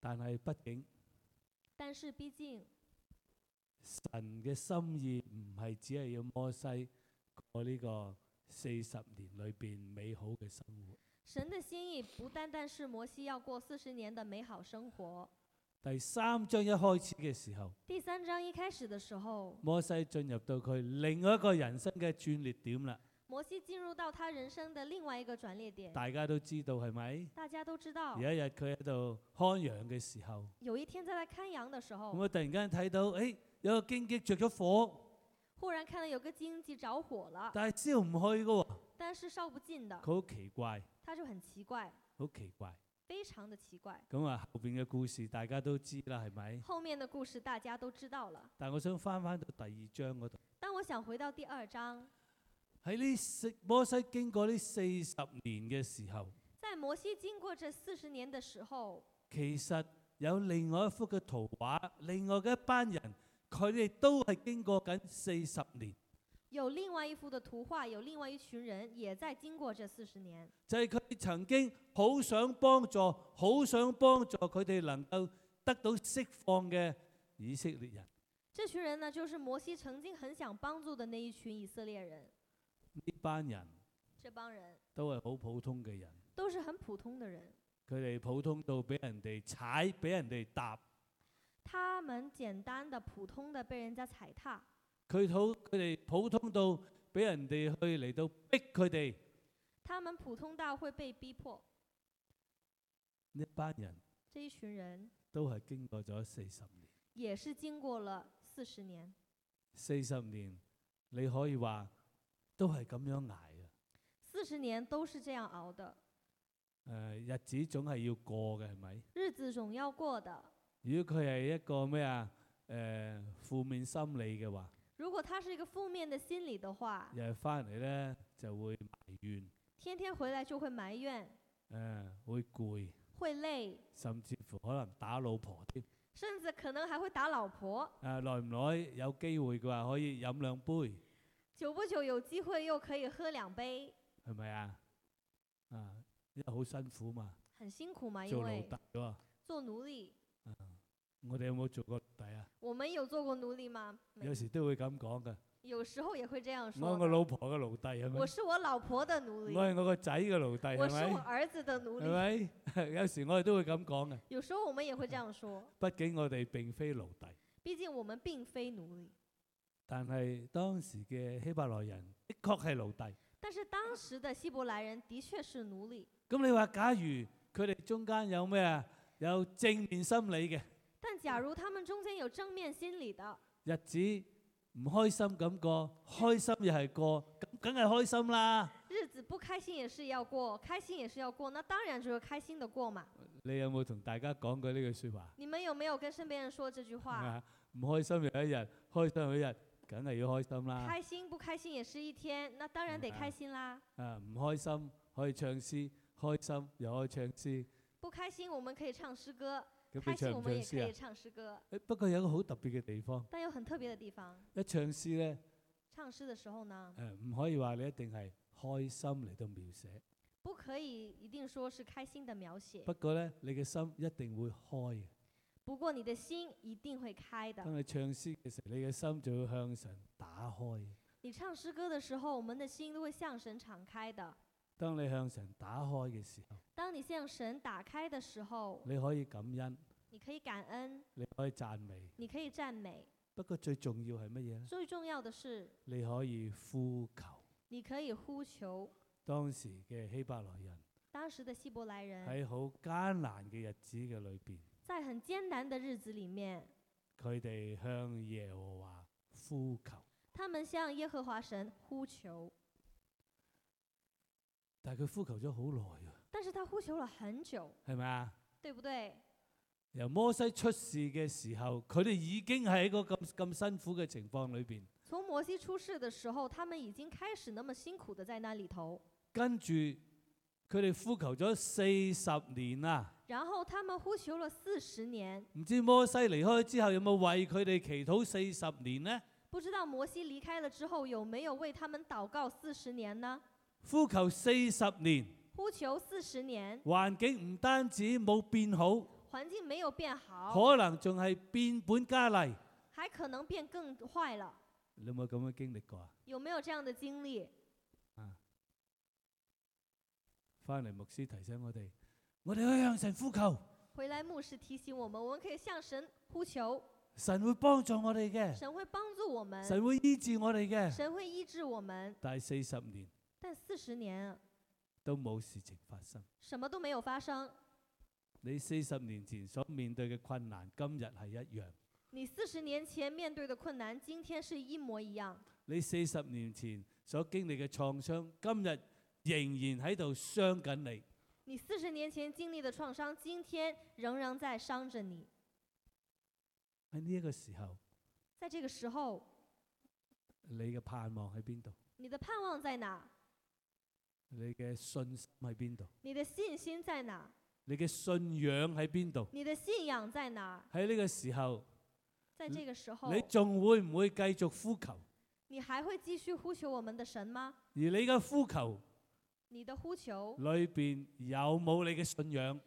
Speaker 4: 但係畢竟
Speaker 3: 但是畢竟
Speaker 4: 神嘅心意唔係只係要摩西過呢個四十年裏邊美好嘅生活。
Speaker 3: 神的心意不单单是摩西要过四十年的美好生活。
Speaker 4: 第三章一開始嘅時候，
Speaker 3: 第三章一開始的時候，
Speaker 4: 摩西進入到佢另外一個人生嘅轉捩點啦。
Speaker 3: 摩西進入到他人生的另外一個轉捩點。
Speaker 4: 大家都知道係咪？
Speaker 3: 大家都知道，
Speaker 4: 有一日佢喺度看羊嘅時候，
Speaker 3: 有一天在他看羊的時
Speaker 4: 咁
Speaker 3: 候，
Speaker 4: 我突然間睇到，誒、有個荊棘着咗火，
Speaker 3: 忽然看到有個荊棘着火了，
Speaker 4: 但係燒唔去嘅喎，
Speaker 3: 但是燒不盡的，
Speaker 4: 佢好奇怪，
Speaker 3: 他就很奇怪，
Speaker 4: 好奇怪。
Speaker 3: 非常的奇怪。
Speaker 4: 咁啊，後邊嘅故事大家都知啦，係咪？
Speaker 3: 後面的故事大家都知道了。
Speaker 4: 但我想翻翻到第二章嗰度，
Speaker 3: 但我想回到第二章，
Speaker 4: 喺呢四摩西經過呢四十年嘅時候，
Speaker 3: 在摩西經過這四十年的時候，
Speaker 4: 其實有另外一幅嘅圖畫，另外嘅一班人，佢哋都係經過緊四十年，
Speaker 3: 有另外一幅的圖畫，有另外一群人也在經過這四十年。
Speaker 4: 就係佢哋曾經好想幫助，好想幫助佢哋能夠得到釋放嘅以色列人。
Speaker 3: 这群人呢，就是摩西曾经很想帮助的那一群以色列人。
Speaker 4: 呢班人
Speaker 3: 这帮人
Speaker 4: 都係好普通嘅人，
Speaker 3: 都是很普通的人，
Speaker 4: 佢哋普通到俾人哋踩，俾人哋踏。
Speaker 3: 他们簡單的、普通的被人家踩踏，
Speaker 4: 佢好佢哋普通到俾人哋去嚟到逼佢哋
Speaker 3: 他们普通到会被逼迫。
Speaker 4: 呢一班人
Speaker 3: 这一群人
Speaker 4: 都係經過咗四十年，
Speaker 3: 也是經過了四十年，
Speaker 4: 四十年你可以話都係咁樣捱啊！
Speaker 3: 四十年都是這樣熬的，
Speaker 4: 誒、日子總係要過嘅，係咪？
Speaker 3: 日子總要過的。
Speaker 4: 如果佢係一個咩啊誒負面心理嘅話，
Speaker 3: 如果他是一个負面的心理的話，
Speaker 4: 日日翻嚟咧就會埋怨，誒、
Speaker 3: 天天回來就會埋怨，
Speaker 4: 會攰，
Speaker 3: 會累，
Speaker 4: 甚至乎可能打老婆添。
Speaker 3: 甚至可能還會打老婆。
Speaker 4: 誒耐唔耐有機會嘅話，可以飲兩杯。
Speaker 3: 久不久有機會又可以喝兩杯，
Speaker 4: 係咪啊？啊，因為好辛苦嘛，
Speaker 3: 很辛苦嘛，因
Speaker 4: 做奴
Speaker 3: 為
Speaker 4: 隸喎。
Speaker 3: 做奴隸，
Speaker 4: 啊我哋有冇做過奴隸啊？
Speaker 3: 我們有做過奴隸嗎？沒
Speaker 4: 有時都會咁講嘅。
Speaker 3: 有時候也會這樣
Speaker 4: 我
Speaker 3: 說
Speaker 4: 係我
Speaker 3: 的。
Speaker 4: 老婆嘅奴隸係咪？
Speaker 3: 我是我老婆的奴
Speaker 4: 我
Speaker 3: 隸，
Speaker 4: 係我個仔嘅奴隸
Speaker 3: 我
Speaker 4: 係
Speaker 3: 是我
Speaker 4: 咪？
Speaker 3: 兒子的奴隸。
Speaker 4: 係咪？ [LAUGHS] 有時我哋都會咁講嘅。
Speaker 3: 有時候我們也會這樣說，
Speaker 4: 畢竟我哋並非奴隸，
Speaker 3: 畢竟我們並非奴隸。
Speaker 4: 但係當時嘅希伯來人的確係奴隸。
Speaker 3: 但是當時的希伯來人的確是奴隸，
Speaker 4: 咁你話假如佢哋中間有咩啊？有正面心理嘅
Speaker 3: 但假如他們中間有正面心理的，
Speaker 4: 日子唔開心咁過，開心又係過，咁梗係開心啦。
Speaker 3: 日子不開心也是要過，開心也是要過，那當然就是開心的過嘛。
Speaker 4: 你有冇同大家講過呢句说話？
Speaker 3: 你們有沒有跟身邊人說這句話？
Speaker 4: 啊，唔開心有一日，開心有一日，梗係要開心啦。
Speaker 3: 開心不開心也是一天，那當然得
Speaker 4: 嗯啊
Speaker 3: 開心啦。
Speaker 4: 啊，唔開心可以唱詩，開心又可以唱詩。
Speaker 3: 不開心我們可以唱詩歌，
Speaker 4: 咁你
Speaker 3: 開心
Speaker 4: 唱
Speaker 3: 我
Speaker 4: 唔
Speaker 3: 們
Speaker 4: 唱
Speaker 3: 也可以
Speaker 4: 詩啊？
Speaker 3: 唱詩歌，
Speaker 4: 誒不過有一個好特別嘅地方，
Speaker 3: 但有很特別的地方，
Speaker 4: 一唱詩呢，
Speaker 3: 唱詩的時候呢，
Speaker 4: 誒唔可以話你一定係開心嚟到描寫。
Speaker 3: 不可以一定說是開心的描寫
Speaker 4: 不，過呢，你嘅心一定會開嘅。
Speaker 3: 不過你的心一定會開的。
Speaker 4: 當你唱詩嘅時候，你嘅心就會向神打開。
Speaker 3: 你唱詩歌的時候，我們的心都會向神敞開的。
Speaker 4: 當你向神打開嘅時候，
Speaker 3: 當你向神打開的時候，
Speaker 4: 你可以感恩，
Speaker 3: 你可以感恩，
Speaker 4: 你可以讚美。
Speaker 3: 你可以讚美。
Speaker 4: 不過最重要係乜嘢呢？
Speaker 3: 最重要的是，
Speaker 4: 你可以呼求。
Speaker 3: 你可以呼求。
Speaker 4: 當時嘅希伯來人
Speaker 3: 當時的希伯來人
Speaker 4: 喺好艱難嘅日子嘅裏邊，
Speaker 3: 在很艱難的日子裡面，
Speaker 4: 佢哋向耶和華呼求，
Speaker 3: 他們向耶和華神呼求，
Speaker 4: 但係佢呼求咗好耐啊，
Speaker 3: 但是他呼求了很久，
Speaker 4: 係咪啊？
Speaker 3: 對不對？
Speaker 4: 由摩西出事嘅時候，佢哋已經喺一個咁咁辛苦嘅情況裏邊，
Speaker 3: 从摩西出世的时候，他们已经开始那么辛苦的在那里头，
Speaker 4: 跟住佢哋呼求咗四十年啊！
Speaker 3: 然后他们呼求了四十年。
Speaker 4: 唔知摩西離開之後有冇為佢哋祈禱四十年呢？
Speaker 3: 不知道摩西离开了之后有没有为他们祷告四十年呢？
Speaker 4: 呼求四十年，
Speaker 3: 呼求四十年，
Speaker 4: 環境唔單止冇變好，
Speaker 3: 环境没有变好，
Speaker 4: 可能仲係變本加厲。
Speaker 3: 还可能变更坏了。
Speaker 4: 你有冇咁樣經歷過啊？
Speaker 3: 有没有这样的经历？
Speaker 4: 翻嚟牧師提醒我哋，我哋去向神呼求，
Speaker 3: 回来牧师提醒我们，我们可以向神呼求，
Speaker 4: 神會幫助我哋嘅，
Speaker 3: 神会帮助我们，
Speaker 4: 神會醫治我哋嘅。
Speaker 3: 神会医治我们。
Speaker 4: 但係四十年
Speaker 3: 但四十年啊
Speaker 4: 都冇事情發生，
Speaker 3: 什么都没有发生，
Speaker 4: 你四十年前所面對嘅困難，今日係一樣。
Speaker 3: 你四十年前面对的困难，今天是一模一样。
Speaker 4: 你四十年前所經歷嘅創傷，今日仍然喺度傷緊你。
Speaker 3: 你四十年前经历的创伤，今天仍然在伤着你。
Speaker 4: 喺呢一個時候，
Speaker 3: 在这个时候，
Speaker 4: 你嘅盼望喺邊度？
Speaker 3: 你的盼望在哪？
Speaker 4: 你嘅信心喺邊度？
Speaker 3: 你的信心在哪？
Speaker 4: 你嘅信仰喺邊度？
Speaker 3: 你的信仰在哪？
Speaker 4: 喺呢個時候，
Speaker 3: 在这个时候，
Speaker 4: 你仲會唔會繼續呼求？
Speaker 3: 你还会继续呼求我们的神吗？
Speaker 4: 而你嘅呼求
Speaker 3: 你的呼求
Speaker 4: 裏邊有冇你嘅信仰？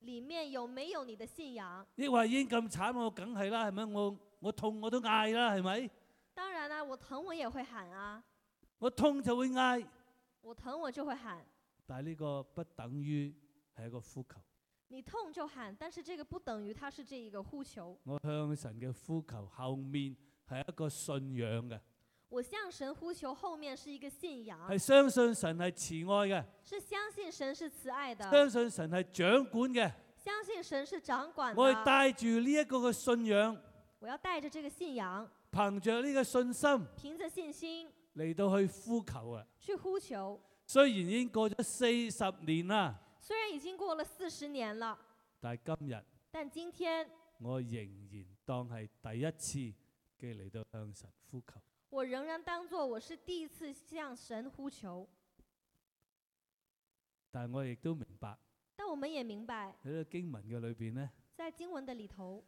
Speaker 3: 里面有没有你的信仰？
Speaker 4: 抑或已經咁慘，我梗係啦，係咪？我我痛我都嗌啦，係咪？
Speaker 3: 当然啦、啊我疼我也会喊啊，
Speaker 4: 我痛就會嗌，
Speaker 3: 我疼我就会喊。
Speaker 4: 但係呢個不等於係一個呼求。
Speaker 3: 你痛就喊，但是这个不等于它是这一个呼求。
Speaker 4: 我向神嘅呼求後面係一個信仰嘅，
Speaker 3: 我向神呼求，后面是一个信仰
Speaker 4: 係，相信神係慈愛
Speaker 3: 是相信神是慈爱
Speaker 4: 嘅，
Speaker 3: 的，
Speaker 4: 相信神係掌管嘅。
Speaker 3: 相信神是掌管
Speaker 4: 我係
Speaker 3: 的。
Speaker 4: 帶住呢一個嘅信仰，
Speaker 3: 我要带着这个信仰，
Speaker 4: 憑着呢個信心
Speaker 3: 凭着信心
Speaker 4: 嚟到去呼求啊！
Speaker 3: 去呼求。
Speaker 4: 雖然已經過咗四十年啦，
Speaker 3: 虽然已经过了四十年了，
Speaker 4: 但係今日
Speaker 3: 但今天
Speaker 4: 我仍然當係第一次嘅嚟到向神呼求。
Speaker 3: 我仍然当做我是第一次向神呼求。
Speaker 4: 但係我亦都明白
Speaker 3: 但我们也明白，
Speaker 4: 喺呢個經文嘅裏邊呢，
Speaker 3: 在经文的里头，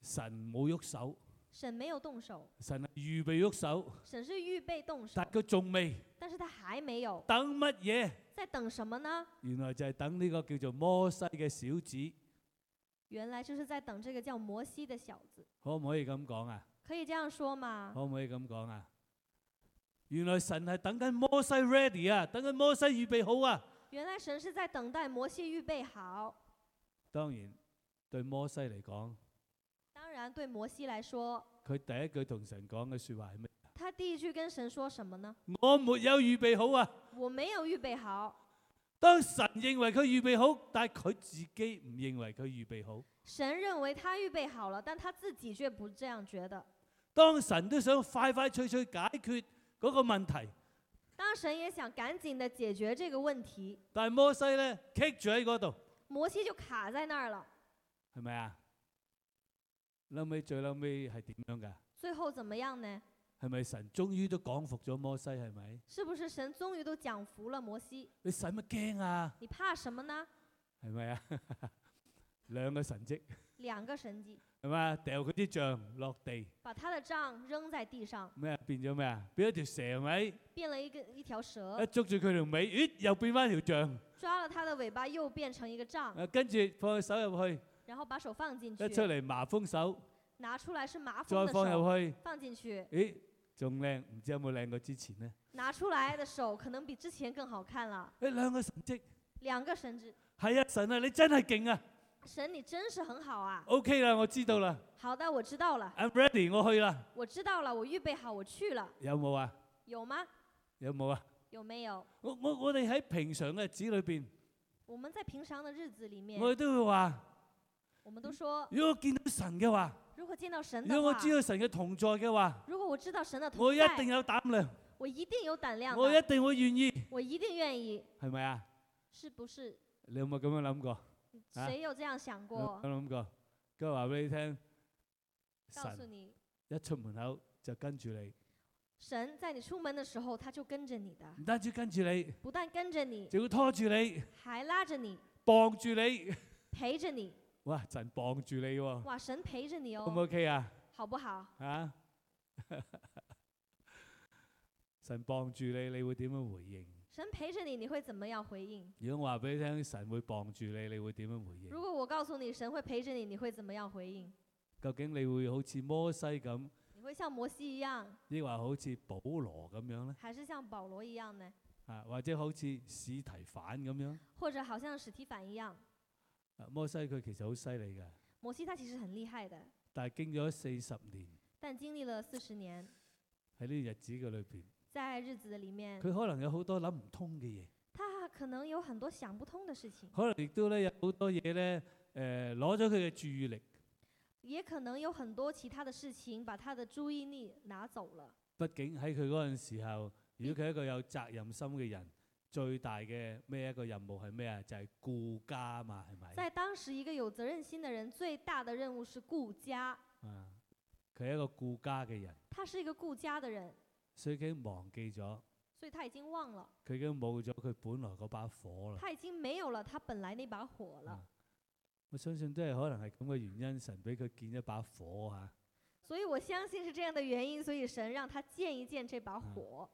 Speaker 4: 神冇喐手，
Speaker 3: 神没有动手，
Speaker 4: 神係預備喐手，
Speaker 3: 神是预备动手
Speaker 4: 但，佢仲未
Speaker 3: 但是他还没有，
Speaker 4: 等乜嘢？
Speaker 3: 在等什么呢？
Speaker 4: 原來就係等呢個叫做摩西嘅小子，
Speaker 3: 原来就是在等这个叫摩西的小子，
Speaker 4: 可唔可以咁講啊？
Speaker 3: 可以这样说吗？
Speaker 4: 可唔可以咁講啊？原來神係等緊摩西 ready 啊，等緊摩西預備好啊。
Speaker 3: 原来神是在等待摩西预备好。
Speaker 4: 當然對摩西嚟講，
Speaker 3: 当然，对摩西来说，
Speaker 4: 佢第一句同神講嘅説話係咩？
Speaker 3: 他第一句跟神说什么呢？
Speaker 4: 我沒有預備好啊。
Speaker 3: 我没有预备好。
Speaker 4: 當神認為佢預備好，但係佢自己唔認為佢預備好。
Speaker 3: 神认为他预备好了，但他自己却不这样觉得。
Speaker 4: 當神都想快快脆脆解決嗰個問題，
Speaker 3: 当神也想赶紧的解决这个问题，
Speaker 4: 但係摩西呢，棘住喺嗰度，
Speaker 3: 摩西就卡在那儿了。
Speaker 4: 係咪啊？後尾最後尾係點樣㗎？ [LAUGHS]
Speaker 3: 最后怎么样呢？
Speaker 4: 係咪神終於都講服咗摩西？係咪？
Speaker 3: 是不是神终于都讲服了摩西？
Speaker 4: 你使乜驚啊？
Speaker 3: 你怕什么呢？
Speaker 4: 係咪啊？兩個神蹟
Speaker 3: 两个神迹，
Speaker 4: 係嘛？掉佢啲杖落地，
Speaker 3: 把他的杖扔在地上，
Speaker 4: 咩啊變咗咩啊？變咗條蛇係咪？
Speaker 3: 变了一个一条蛇
Speaker 4: 一，捉住佢條尾，咦又變翻條杖。
Speaker 3: 抓了它的尾巴又变成一个杖，
Speaker 4: 啊跟住放隻手入去，
Speaker 3: 然后把手放进
Speaker 4: 一出
Speaker 3: 去，
Speaker 4: 嚟麻風手，
Speaker 3: 拿出来是麻风
Speaker 4: 再
Speaker 3: 的
Speaker 4: 放
Speaker 3: 手，
Speaker 4: 入去，
Speaker 3: 放进去，
Speaker 4: 咦仲靚，唔知有冇靚過之前呢？
Speaker 3: 拿出來的手可能比之前更好看了。
Speaker 4: 誒兩個神蹟，
Speaker 3: 两个神迹，
Speaker 4: 係啊神啊，你真係勁啊
Speaker 3: 神你真是很好啊！
Speaker 4: à? ！OK 啦，我知道啦
Speaker 3: 好的，我知道了，
Speaker 4: ，I'm ready，我去啦，
Speaker 3: 我知道了，我预备好，我去了，
Speaker 4: 有冇啊？
Speaker 3: 有吗？
Speaker 4: 有冇啊？
Speaker 3: 有没有？
Speaker 4: 我我我哋喺平常嘅日子裏邊，
Speaker 3: 我们在平常的日子里面，
Speaker 4: 我哋都會話。
Speaker 3: 我们都说，
Speaker 4: 如果見到神嘅話，
Speaker 3: 如果见到神
Speaker 4: 如
Speaker 3: 的
Speaker 4: 果我
Speaker 3: 话，
Speaker 4: 知道神嘅同在嘅話，
Speaker 3: 如果我知道神的
Speaker 4: 我
Speaker 3: 同
Speaker 4: 一
Speaker 3: 在，
Speaker 4: 定有膽量，
Speaker 3: 我一定有胆量的，
Speaker 4: 我一定會願意，
Speaker 3: 我一定愿意，
Speaker 4: 係咪啊？
Speaker 3: 是不是？
Speaker 4: 你有冇咁樣諗過？啊嗯
Speaker 3: 谁有这样想
Speaker 4: 有冇
Speaker 3: 过
Speaker 4: 咁？諗過？跟住話俾你聽，
Speaker 3: 告诉
Speaker 4: 神
Speaker 3: 你，
Speaker 4: Dạ, 一出門口就跟住你，
Speaker 3: 神在你出门的时候，他就跟着你的，
Speaker 4: 唔單止跟住你，
Speaker 3: 不但跟着你，
Speaker 4: 仲要拖住你、
Speaker 3: 还拉着你，
Speaker 4: 傍住你。
Speaker 3: 陪着你。
Speaker 4: 哇！神傍住你喎、
Speaker 3: 哇，神陪着你
Speaker 4: O 唔
Speaker 3: 哦，
Speaker 4: OK à. 啊？
Speaker 3: 好不好？
Speaker 4: 啊！ [LAUGHS] 神傍住你，你會點樣回應？
Speaker 3: 神陪着你，你會怎么样回应？
Speaker 4: 如果我話俾你聽，神會傍住你，你會點樣回應？
Speaker 3: 如果我告诉你神会陪着你，你會怎么样回应？
Speaker 4: 究竟你會好似摩西咁，
Speaker 3: 你会像摩西一样，
Speaker 4: 抑或好似保羅咁樣呢？
Speaker 3: 还是像保罗一样呢？
Speaker 4: 啊，或者好似史提反咁樣？
Speaker 3: 或者好像史提反一样？
Speaker 4: 啊摩西佢其實好犀利嘅，
Speaker 3: 摩西他其实很厉害的，
Speaker 4: 但係經咗四十年
Speaker 3: 但经历了四十年，
Speaker 4: 喺呢日子嘅裏邊，
Speaker 3: 在日子的里面，
Speaker 4: 佢可能有好多諗唔通嘅嘢，
Speaker 3: 他可能有很多想不通的事情，
Speaker 4: 可能亦都咧有好多嘢咧誒攞咗佢嘅注意力。
Speaker 3: 也可能有很多其他的事情把他的注意力拿走了。
Speaker 4: 畢竟喺佢嗰陣時候，如果佢一個有責任心嘅人，最大嘅咩一個任務係咩啊？就係、顧家嘛，係咪？
Speaker 3: 在当时，一个有责任心的人最大的任务是顾家，
Speaker 4: 啊，佢係一個顧家嘅人，
Speaker 3: 他是一个顾家的人，
Speaker 4: 所以佢已經忘記咗，
Speaker 3: 所以他已经忘了，
Speaker 4: 佢已經冇咗佢本來嗰把火啦。
Speaker 3: 他已经没有了他本来那把火了。
Speaker 4: 我相信都係可能係咁嘅原因，神俾佢見一把火嚇、
Speaker 3: 所以我相信是这样的原因，所以神让他见一见这把火。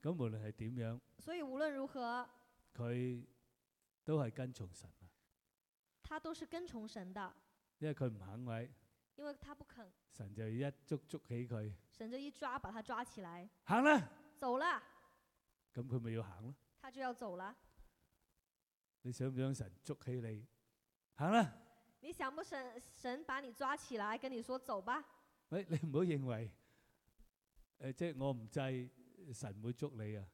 Speaker 4: 咁無論係點樣，
Speaker 3: 所以无论如何，
Speaker 4: 佢都係跟從神啊，
Speaker 3: 他都是跟从神的，
Speaker 4: 因為佢唔肯位，
Speaker 3: 因为他不肯，
Speaker 4: 神就一捉捉起佢
Speaker 3: 神就一抓把他抓起来，
Speaker 4: 行啦，
Speaker 3: 走了，
Speaker 4: 咁佢咪要行咯。
Speaker 3: 他就要走了。
Speaker 4: 你想唔想神捉起你行啦？
Speaker 3: 你想不神神把你抓起来，跟你说走吧？
Speaker 4: [LAUGHS] 喂，你唔好認為誒、呃即係我唔制，神會捉你啊！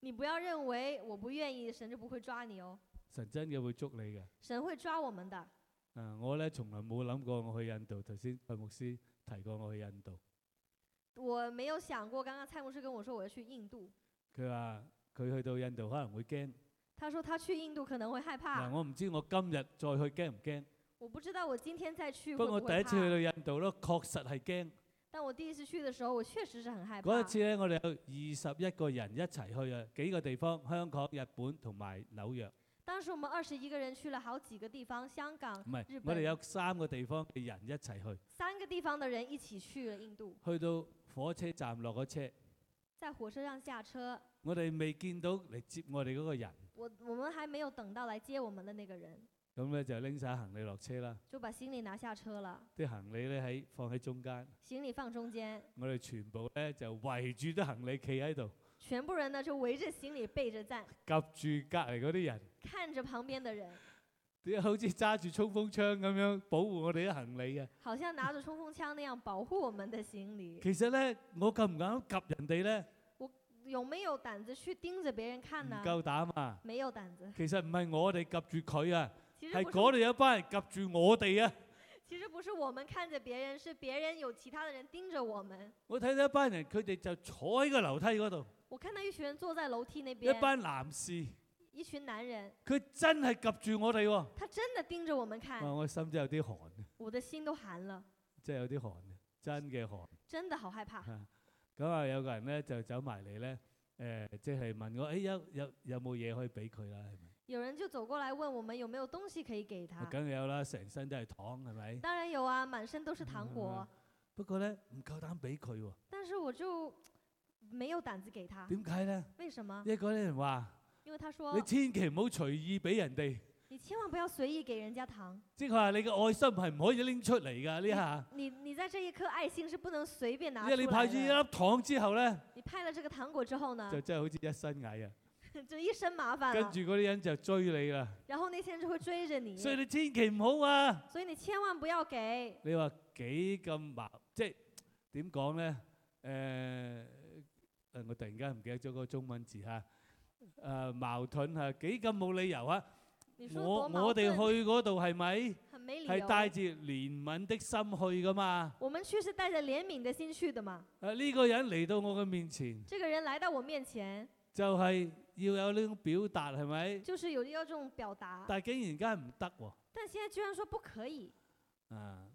Speaker 3: 你不要认为我不愿意，神就不会抓你哦，
Speaker 4: 神真嘅會捉你嘅。
Speaker 3: 神會抓我们的。
Speaker 4: 啊，我咧從來冇諗過我去印度。頭先蔡牧師提過我去印度，
Speaker 3: 我没有想过，刚刚蔡牧师跟我说我要去印度，
Speaker 4: 佢話佢去到印度可能會驚。
Speaker 3: 他说他去印度可能会害
Speaker 4: 嗱、
Speaker 3: 怕，
Speaker 4: 我唔知我今日再去驚唔驚，
Speaker 3: 我不知道我今天再去
Speaker 4: 不
Speaker 3: 会
Speaker 4: 過我
Speaker 3: 不
Speaker 4: 第一
Speaker 3: 会
Speaker 4: 次去
Speaker 3: 怕。
Speaker 4: 到印度咯，確實係驚。
Speaker 3: 但我第一次去的时候，我确实是很害怕。
Speaker 4: 嗰一次咧，我哋有二十一個人一齊去啊，幾個地方，香港、日本同埋紐約。
Speaker 3: 当时我们二十一个人去了好几个地方，香港
Speaker 4: 唔、係
Speaker 3: 日，
Speaker 4: 我哋
Speaker 3: 本
Speaker 4: 有三個地方嘅人一齊去，
Speaker 3: 三个地方的人一起去了印度，
Speaker 4: 去到火車站落咗車。
Speaker 3: 在火车上下车，
Speaker 4: [LAUGHS] 我哋未見到嚟接我哋嗰個人，
Speaker 3: 我我们还没有等到来接我们的那个人，
Speaker 4: 咁咧就拎晒行李落車啦。
Speaker 3: 就把行李拿下车了，
Speaker 4: 啲行李咧喺放喺中間，
Speaker 3: 行李放中间，
Speaker 4: 我哋全部咧就圍住啲行李企喺度，
Speaker 3: 全部人呢就围着行李背着站，
Speaker 4: 及住隔離嗰啲人，
Speaker 3: 看着旁邊的人，
Speaker 4: 啲好似揸住衝鋒槍咁樣保護我哋啲行李嘅。
Speaker 3: 好像拿着冲锋枪那样保護我们的行李。
Speaker 4: 其實咧，我敢唔敢及人哋咧？
Speaker 3: 有没有胆子去盯着别人看
Speaker 4: 唔
Speaker 3: 呢？
Speaker 4: 夠膽啊！
Speaker 3: [LAUGHS] 没有胆子，
Speaker 4: 其實唔係我哋及住佢啊，
Speaker 3: 其
Speaker 4: 係
Speaker 3: 實
Speaker 4: 嗰
Speaker 3: 不
Speaker 4: 度
Speaker 3: 是，
Speaker 4: 有班人及住我哋啊！
Speaker 3: 其实不是我们看着别人，是别人有其他的人盯着我们。
Speaker 4: 我睇到一班人，佢哋就坐喺個樓梯嗰度，
Speaker 3: 我看到一群人坐在樓梯那
Speaker 4: 一
Speaker 3: 邊，
Speaker 4: 班男士，
Speaker 3: 一群男人，
Speaker 4: 佢真係及住我哋喎、
Speaker 3: 他真的盯着我们看
Speaker 4: 哇！，我心真有啲寒，
Speaker 3: 我的心都寒了，
Speaker 4: 真係有啲寒嘅，真嘅寒。 [LAUGHS]
Speaker 3: 真的好害怕。
Speaker 4: 咁啊，有個人咧就走埋嚟咧，誒、即係問我，誒、有有有冇嘢可以俾佢啦？係咪？
Speaker 3: 有人就走过来问我们有没有东西可以给
Speaker 4: 我
Speaker 3: 他，
Speaker 4: 梗有啦，成身都係糖，係咪？
Speaker 3: 当然有啊，满身都是
Speaker 4: 嗯
Speaker 3: 糖果，
Speaker 4: 不過咧，唔夠膽俾佢喎。
Speaker 3: 但是我就没有胆子给他，
Speaker 4: 點解咧？
Speaker 3: 为什么？
Speaker 4: 一個人話：
Speaker 3: 因为他说
Speaker 4: 你千祈唔好隨意俾人哋，
Speaker 3: 你千万不要随意给人家糖，
Speaker 4: 即係佢話你嘅愛心係唔可以拎出嚟㗎呢下，
Speaker 3: 你你在这一颗爱心是不能随便嗯拿出
Speaker 4: 因為
Speaker 3: 来
Speaker 4: 你派咗一
Speaker 3: 的。
Speaker 4: 粒糖之後咧，
Speaker 3: 你派了这个糖果之后呢
Speaker 4: 就，真係好似一身蟻啊！
Speaker 3: 就一身麻烦
Speaker 4: 跟
Speaker 3: 了
Speaker 4: 住，嗰啲人就追你啦，
Speaker 3: 然后那些人就会追着你，
Speaker 4: 所以你千祈唔好啊！
Speaker 3: 所以你千万不要给。
Speaker 4: 你話幾咁矛，即係點講咧？誒、呃，我突然間唔記得咗個中文字嚇。誒、矛盾嚇幾咁冇理由啊！
Speaker 3: 你说多
Speaker 4: 我
Speaker 3: 矛
Speaker 4: 我
Speaker 3: 盾
Speaker 4: 哋去嗰度係咪
Speaker 3: 很没理
Speaker 4: 係帶
Speaker 3: 由。
Speaker 4: 住憐憫的心去噶嘛？
Speaker 3: 我们去是带着怜悯的心去的嘛。
Speaker 4: 誒、呢、個人嚟到我嘅面前，
Speaker 3: 这个人来到我面前，
Speaker 4: 就係、要有呢種表達係咪？
Speaker 3: 就是有要这种表达，
Speaker 4: 但係竟然間唔得喎
Speaker 3: 但现在居然说不可以。
Speaker 4: 啊！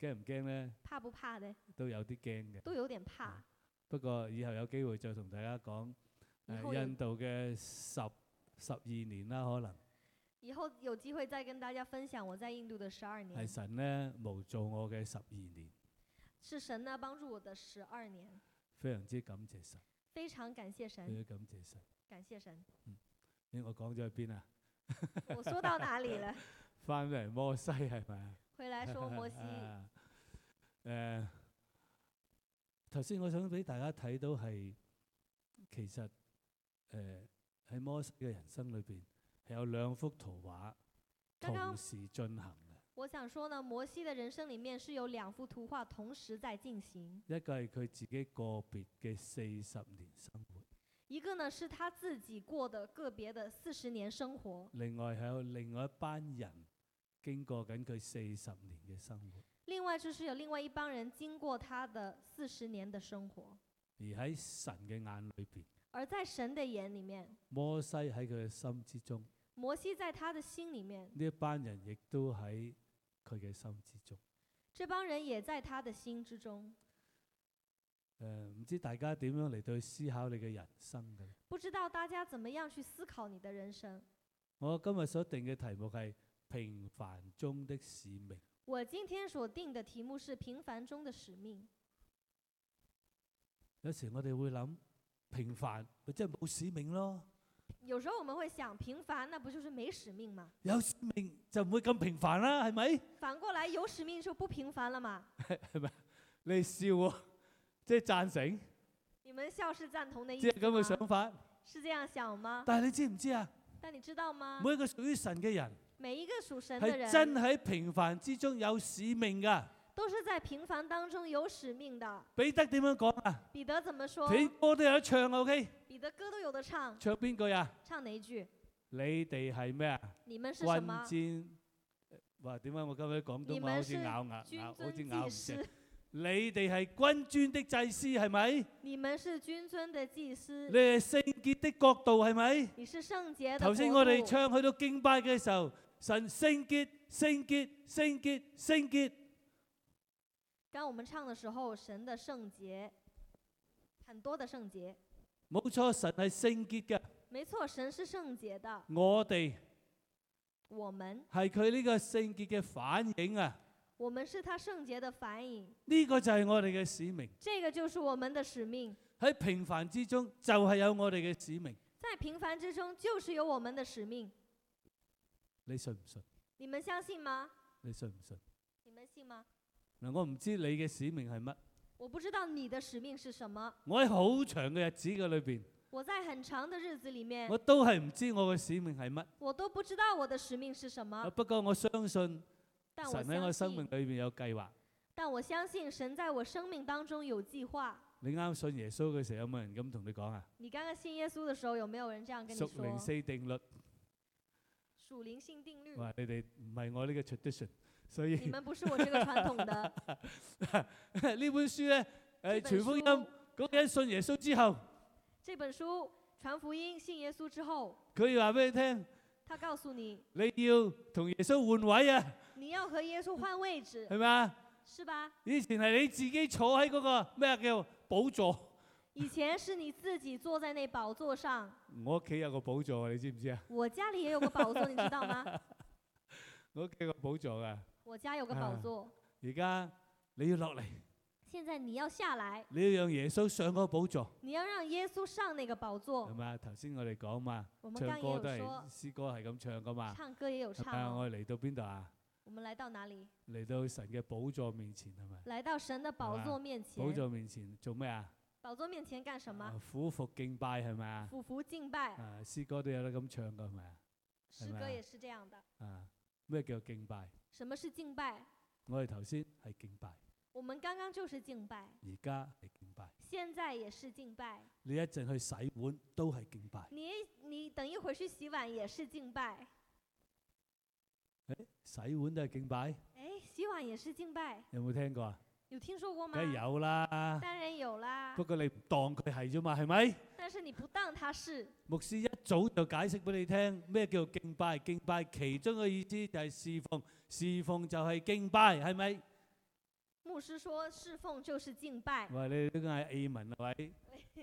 Speaker 4: 驚唔驚呢？
Speaker 3: 怕不怕的？
Speaker 4: 都有啲驚嘅。
Speaker 3: 都有点怕。
Speaker 4: 不過以後有機會再同大家講、
Speaker 3: 以
Speaker 4: 呃
Speaker 3: 後有
Speaker 4: 印度嘅十十二年啦，可能
Speaker 3: 以后有机会再跟大家分享我在印度的十二
Speaker 4: 係
Speaker 3: 年，
Speaker 4: 神呢無造我嘅十二年，
Speaker 3: 是神呢帮助我的十二年，
Speaker 4: 非常之感謝神，
Speaker 3: 非常感谢
Speaker 4: 非
Speaker 3: 神，
Speaker 4: 常感謝神。
Speaker 3: 感谢神。
Speaker 4: 咦，我講咗去邊啊？
Speaker 3: 我说到哪里了？
Speaker 4: 翻嚟摩西係咪啊？
Speaker 3: 回来说摩西，
Speaker 4: [LAUGHS] 啊誒頭先我想俾大家睇到係其實誒喺摩西嘅人生裏邊係有兩幅圖畫
Speaker 3: 剛剛
Speaker 4: 同時進行
Speaker 3: 我想说呢，摩西的人生里面是有两幅圖畫同時在进行，
Speaker 4: 嘅，一個係佢自己個別嘅四十年生活，
Speaker 3: 一个呢是他自己過的個別的四十年生活，
Speaker 4: 另外係有另外一班人經過緊佢四十年嘅生活，
Speaker 3: 另外就是有另外一帮人經過他的四十年的生活，
Speaker 4: 而喺神嘅眼裏邊，
Speaker 3: 而在神的眼里面，
Speaker 4: 摩西喺佢嘅心之中，
Speaker 3: 摩西在他的心里面，
Speaker 4: 呢一班人亦都喺佢嘅心之中。
Speaker 3: 这帮人也在他的心之中。
Speaker 4: 誒呃唔知大家點樣嚟到去思考你嘅人生嘅咧？
Speaker 3: 不知道大家怎么樣去思考你的人生。
Speaker 4: 我今日所定嘅題目係平凡中的使命。
Speaker 3: 我今天所定的題目是平凡中的使命。
Speaker 4: 有時我哋會諗平凡咪即係冇使命咯，
Speaker 3: 有時候我們會想，平凡那不就是沒使命嗎？
Speaker 4: 有使命就唔會咁平凡啦，係咪？
Speaker 3: 反過來有使命就不平凡了嘛？
Speaker 4: 係咪？你笑我， [LAUGHS] 即係贊成，
Speaker 3: 你们笑是赞同的意
Speaker 4: 即
Speaker 3: 思
Speaker 4: 係咁嘅
Speaker 3: 吗？
Speaker 4: 想法。
Speaker 3: 是这样想吗？
Speaker 4: 但係你知唔知啊？
Speaker 3: 但你知道吗？
Speaker 4: 每一個屬於神嘅人
Speaker 3: 每一个屬神的
Speaker 4: 係真
Speaker 3: 人
Speaker 4: 喺平凡之中有使命㗎。
Speaker 3: 都是在平凡當中有使命的。
Speaker 4: 彼得點樣講啊？
Speaker 3: 彼得怎麼說？
Speaker 4: 彼歌都有得唱啊，OK？
Speaker 3: 彼得歌都有的唱，
Speaker 4: 唱邊句啊？
Speaker 3: 唱哪一句？
Speaker 4: 你哋係咩啊？
Speaker 3: 你們是什
Speaker 4: 軍
Speaker 3: 麼？
Speaker 4: 戰，哇！點解我今日廣東
Speaker 3: 你
Speaker 4: 話好
Speaker 3: 們
Speaker 4: 似
Speaker 3: 是
Speaker 4: 咬牙咬，
Speaker 3: 君
Speaker 4: 好似
Speaker 3: 尊祭
Speaker 4: 咬唔正？
Speaker 3: 司，
Speaker 4: 你哋係君尊的祭司係咪？
Speaker 3: 你們是君尊的祭
Speaker 4: 你
Speaker 3: 司，
Speaker 4: 哋係聖潔的國度係咪？
Speaker 3: 你是聖潔的
Speaker 4: 頭
Speaker 3: 國
Speaker 4: 先我哋
Speaker 3: 度。
Speaker 4: 唱去到敬拜嘅時候，神聖潔、聖潔、聖潔、聖潔，
Speaker 3: 當我們唱的時候，神的聖潔，很多的聖潔。
Speaker 4: 冇錯，神係聖潔嘅。
Speaker 3: 沒錯，神是聖潔的。
Speaker 4: 我哋
Speaker 3: 我們，
Speaker 4: 係佢呢個聖潔嘅反映啊！
Speaker 3: 我們是他聖潔的反應。
Speaker 4: 呢、個就係我哋嘅使命。
Speaker 3: 這個就是我們的使命。
Speaker 4: 喺平凡之中就係有我哋嘅使命。
Speaker 3: 在平凡之中，就是有我们的使命。
Speaker 4: 你信唔信？
Speaker 3: 你们相信吗？
Speaker 4: 你信唔信？
Speaker 3: 你们信吗？
Speaker 4: 嗱，我唔知你嘅使命係乜。
Speaker 3: 我不知道你的使命是什么。
Speaker 4: 我喺好長嘅日子嘅裏邊，
Speaker 3: 我在很长的日子里面，
Speaker 4: 我
Speaker 3: 我
Speaker 4: 都係唔知我嘅使命係乜。
Speaker 3: 都不知道我的使命是什么，
Speaker 4: 不過我相信神
Speaker 3: 啊但我
Speaker 4: 喺我
Speaker 3: 相
Speaker 4: 生命
Speaker 3: 信，
Speaker 4: 裏邊有計劃。
Speaker 3: 但我相信神在我生命当中有计划。
Speaker 4: 你啱信耶穌嘅時候，有冇人咁同你講啊？
Speaker 3: 你刚刚信耶稣的时候，有没有人这样跟你
Speaker 4: 屬靈
Speaker 3: 说？
Speaker 4: 四定律，
Speaker 3: 属灵性定律，
Speaker 4: 話你哋唔係我呢個 tradition，所以
Speaker 3: 你
Speaker 4: 呢 [LAUGHS]
Speaker 3: 们不是我这个传统的。
Speaker 4: 本書咧，誒
Speaker 3: 这本
Speaker 4: 全福音
Speaker 3: 书，
Speaker 4: 嗰個人信耶穌之後，
Speaker 3: 这本书传福音，信耶稣之后，
Speaker 4: 佢要話俾你聽，
Speaker 3: 他告诉你，
Speaker 4: 你要同耶穌換位啊，
Speaker 3: 你要和耶稣换位置，
Speaker 4: 係咪啊？
Speaker 3: 是吧？
Speaker 4: 以前係你自己坐喺嗰個咩叫寶座，
Speaker 3: 以前是你自己坐在那宝座上，
Speaker 4: 我屋企有個寶座啊，你知唔知啊？
Speaker 3: 我家里也有个宝座，你知道吗？
Speaker 4: 我屋企有個寶座㗎。
Speaker 3: 我家有个宝
Speaker 4: 啊
Speaker 3: 座，
Speaker 4: 而家你要落嚟，
Speaker 3: 现在你要下来，
Speaker 4: 你要讓耶穌上嗰個寶座，
Speaker 3: 你要让耶稣上那个宝
Speaker 4: 係
Speaker 3: 座。
Speaker 4: 咪啊？頭先我哋講嘛，
Speaker 3: 我们
Speaker 4: 唱
Speaker 3: 刚
Speaker 4: 歌
Speaker 3: 也
Speaker 4: 都
Speaker 3: 有
Speaker 4: 係
Speaker 3: 说，
Speaker 4: 詩歌係咁唱噶嘛。
Speaker 3: 唱歌也有
Speaker 4: 係
Speaker 3: 唱
Speaker 4: 咪啊？
Speaker 3: 哦。
Speaker 4: 我哋嚟到邊度啊？
Speaker 3: 我们来到哪里？
Speaker 4: 嚟到神嘅寶座面前係咪？
Speaker 3: 来到神的宝
Speaker 4: 吧
Speaker 3: 座面
Speaker 4: 寶
Speaker 3: 前，
Speaker 4: 座面前做咩啊？
Speaker 3: 宝座面前干什么？
Speaker 4: 啊俯伏敬拜係咪啊？
Speaker 3: 俯伏敬拜，
Speaker 4: 啊，詩歌都有得咁唱噶係咪啊？是
Speaker 3: 诗
Speaker 4: 吧
Speaker 3: 歌也是这样的。
Speaker 4: 啊，咩叫敬拜？
Speaker 3: 什么是敬拜？
Speaker 4: 我哋頭先係敬拜，
Speaker 3: 我们刚刚就是敬拜，
Speaker 4: 而家係敬拜。
Speaker 3: 现在也是敬拜。
Speaker 4: 你一陣去洗碗都係敬拜。
Speaker 3: 你你等一会儿去洗碗也是敬拜，
Speaker 4: 洗碗都係敬拜，
Speaker 3: 哎，洗碗也是敬拜，
Speaker 4: 有冇聽過啊？
Speaker 3: 有听说过吗
Speaker 4: 梗？係有啦，
Speaker 3: 当然有啦
Speaker 4: 啊不，過你唔當佢係啫嘛，係咪？
Speaker 3: 但是你不当它是。
Speaker 4: 牧師一早就解釋俾你聽咩叫敬拜，敬拜其中嘅意思就係侍奉，侍奉就係敬拜，係咪？
Speaker 3: 牧师说，侍奉就是敬拜，
Speaker 4: 我話你都嗌 A 文
Speaker 3: [LAUGHS]
Speaker 4: 係咪？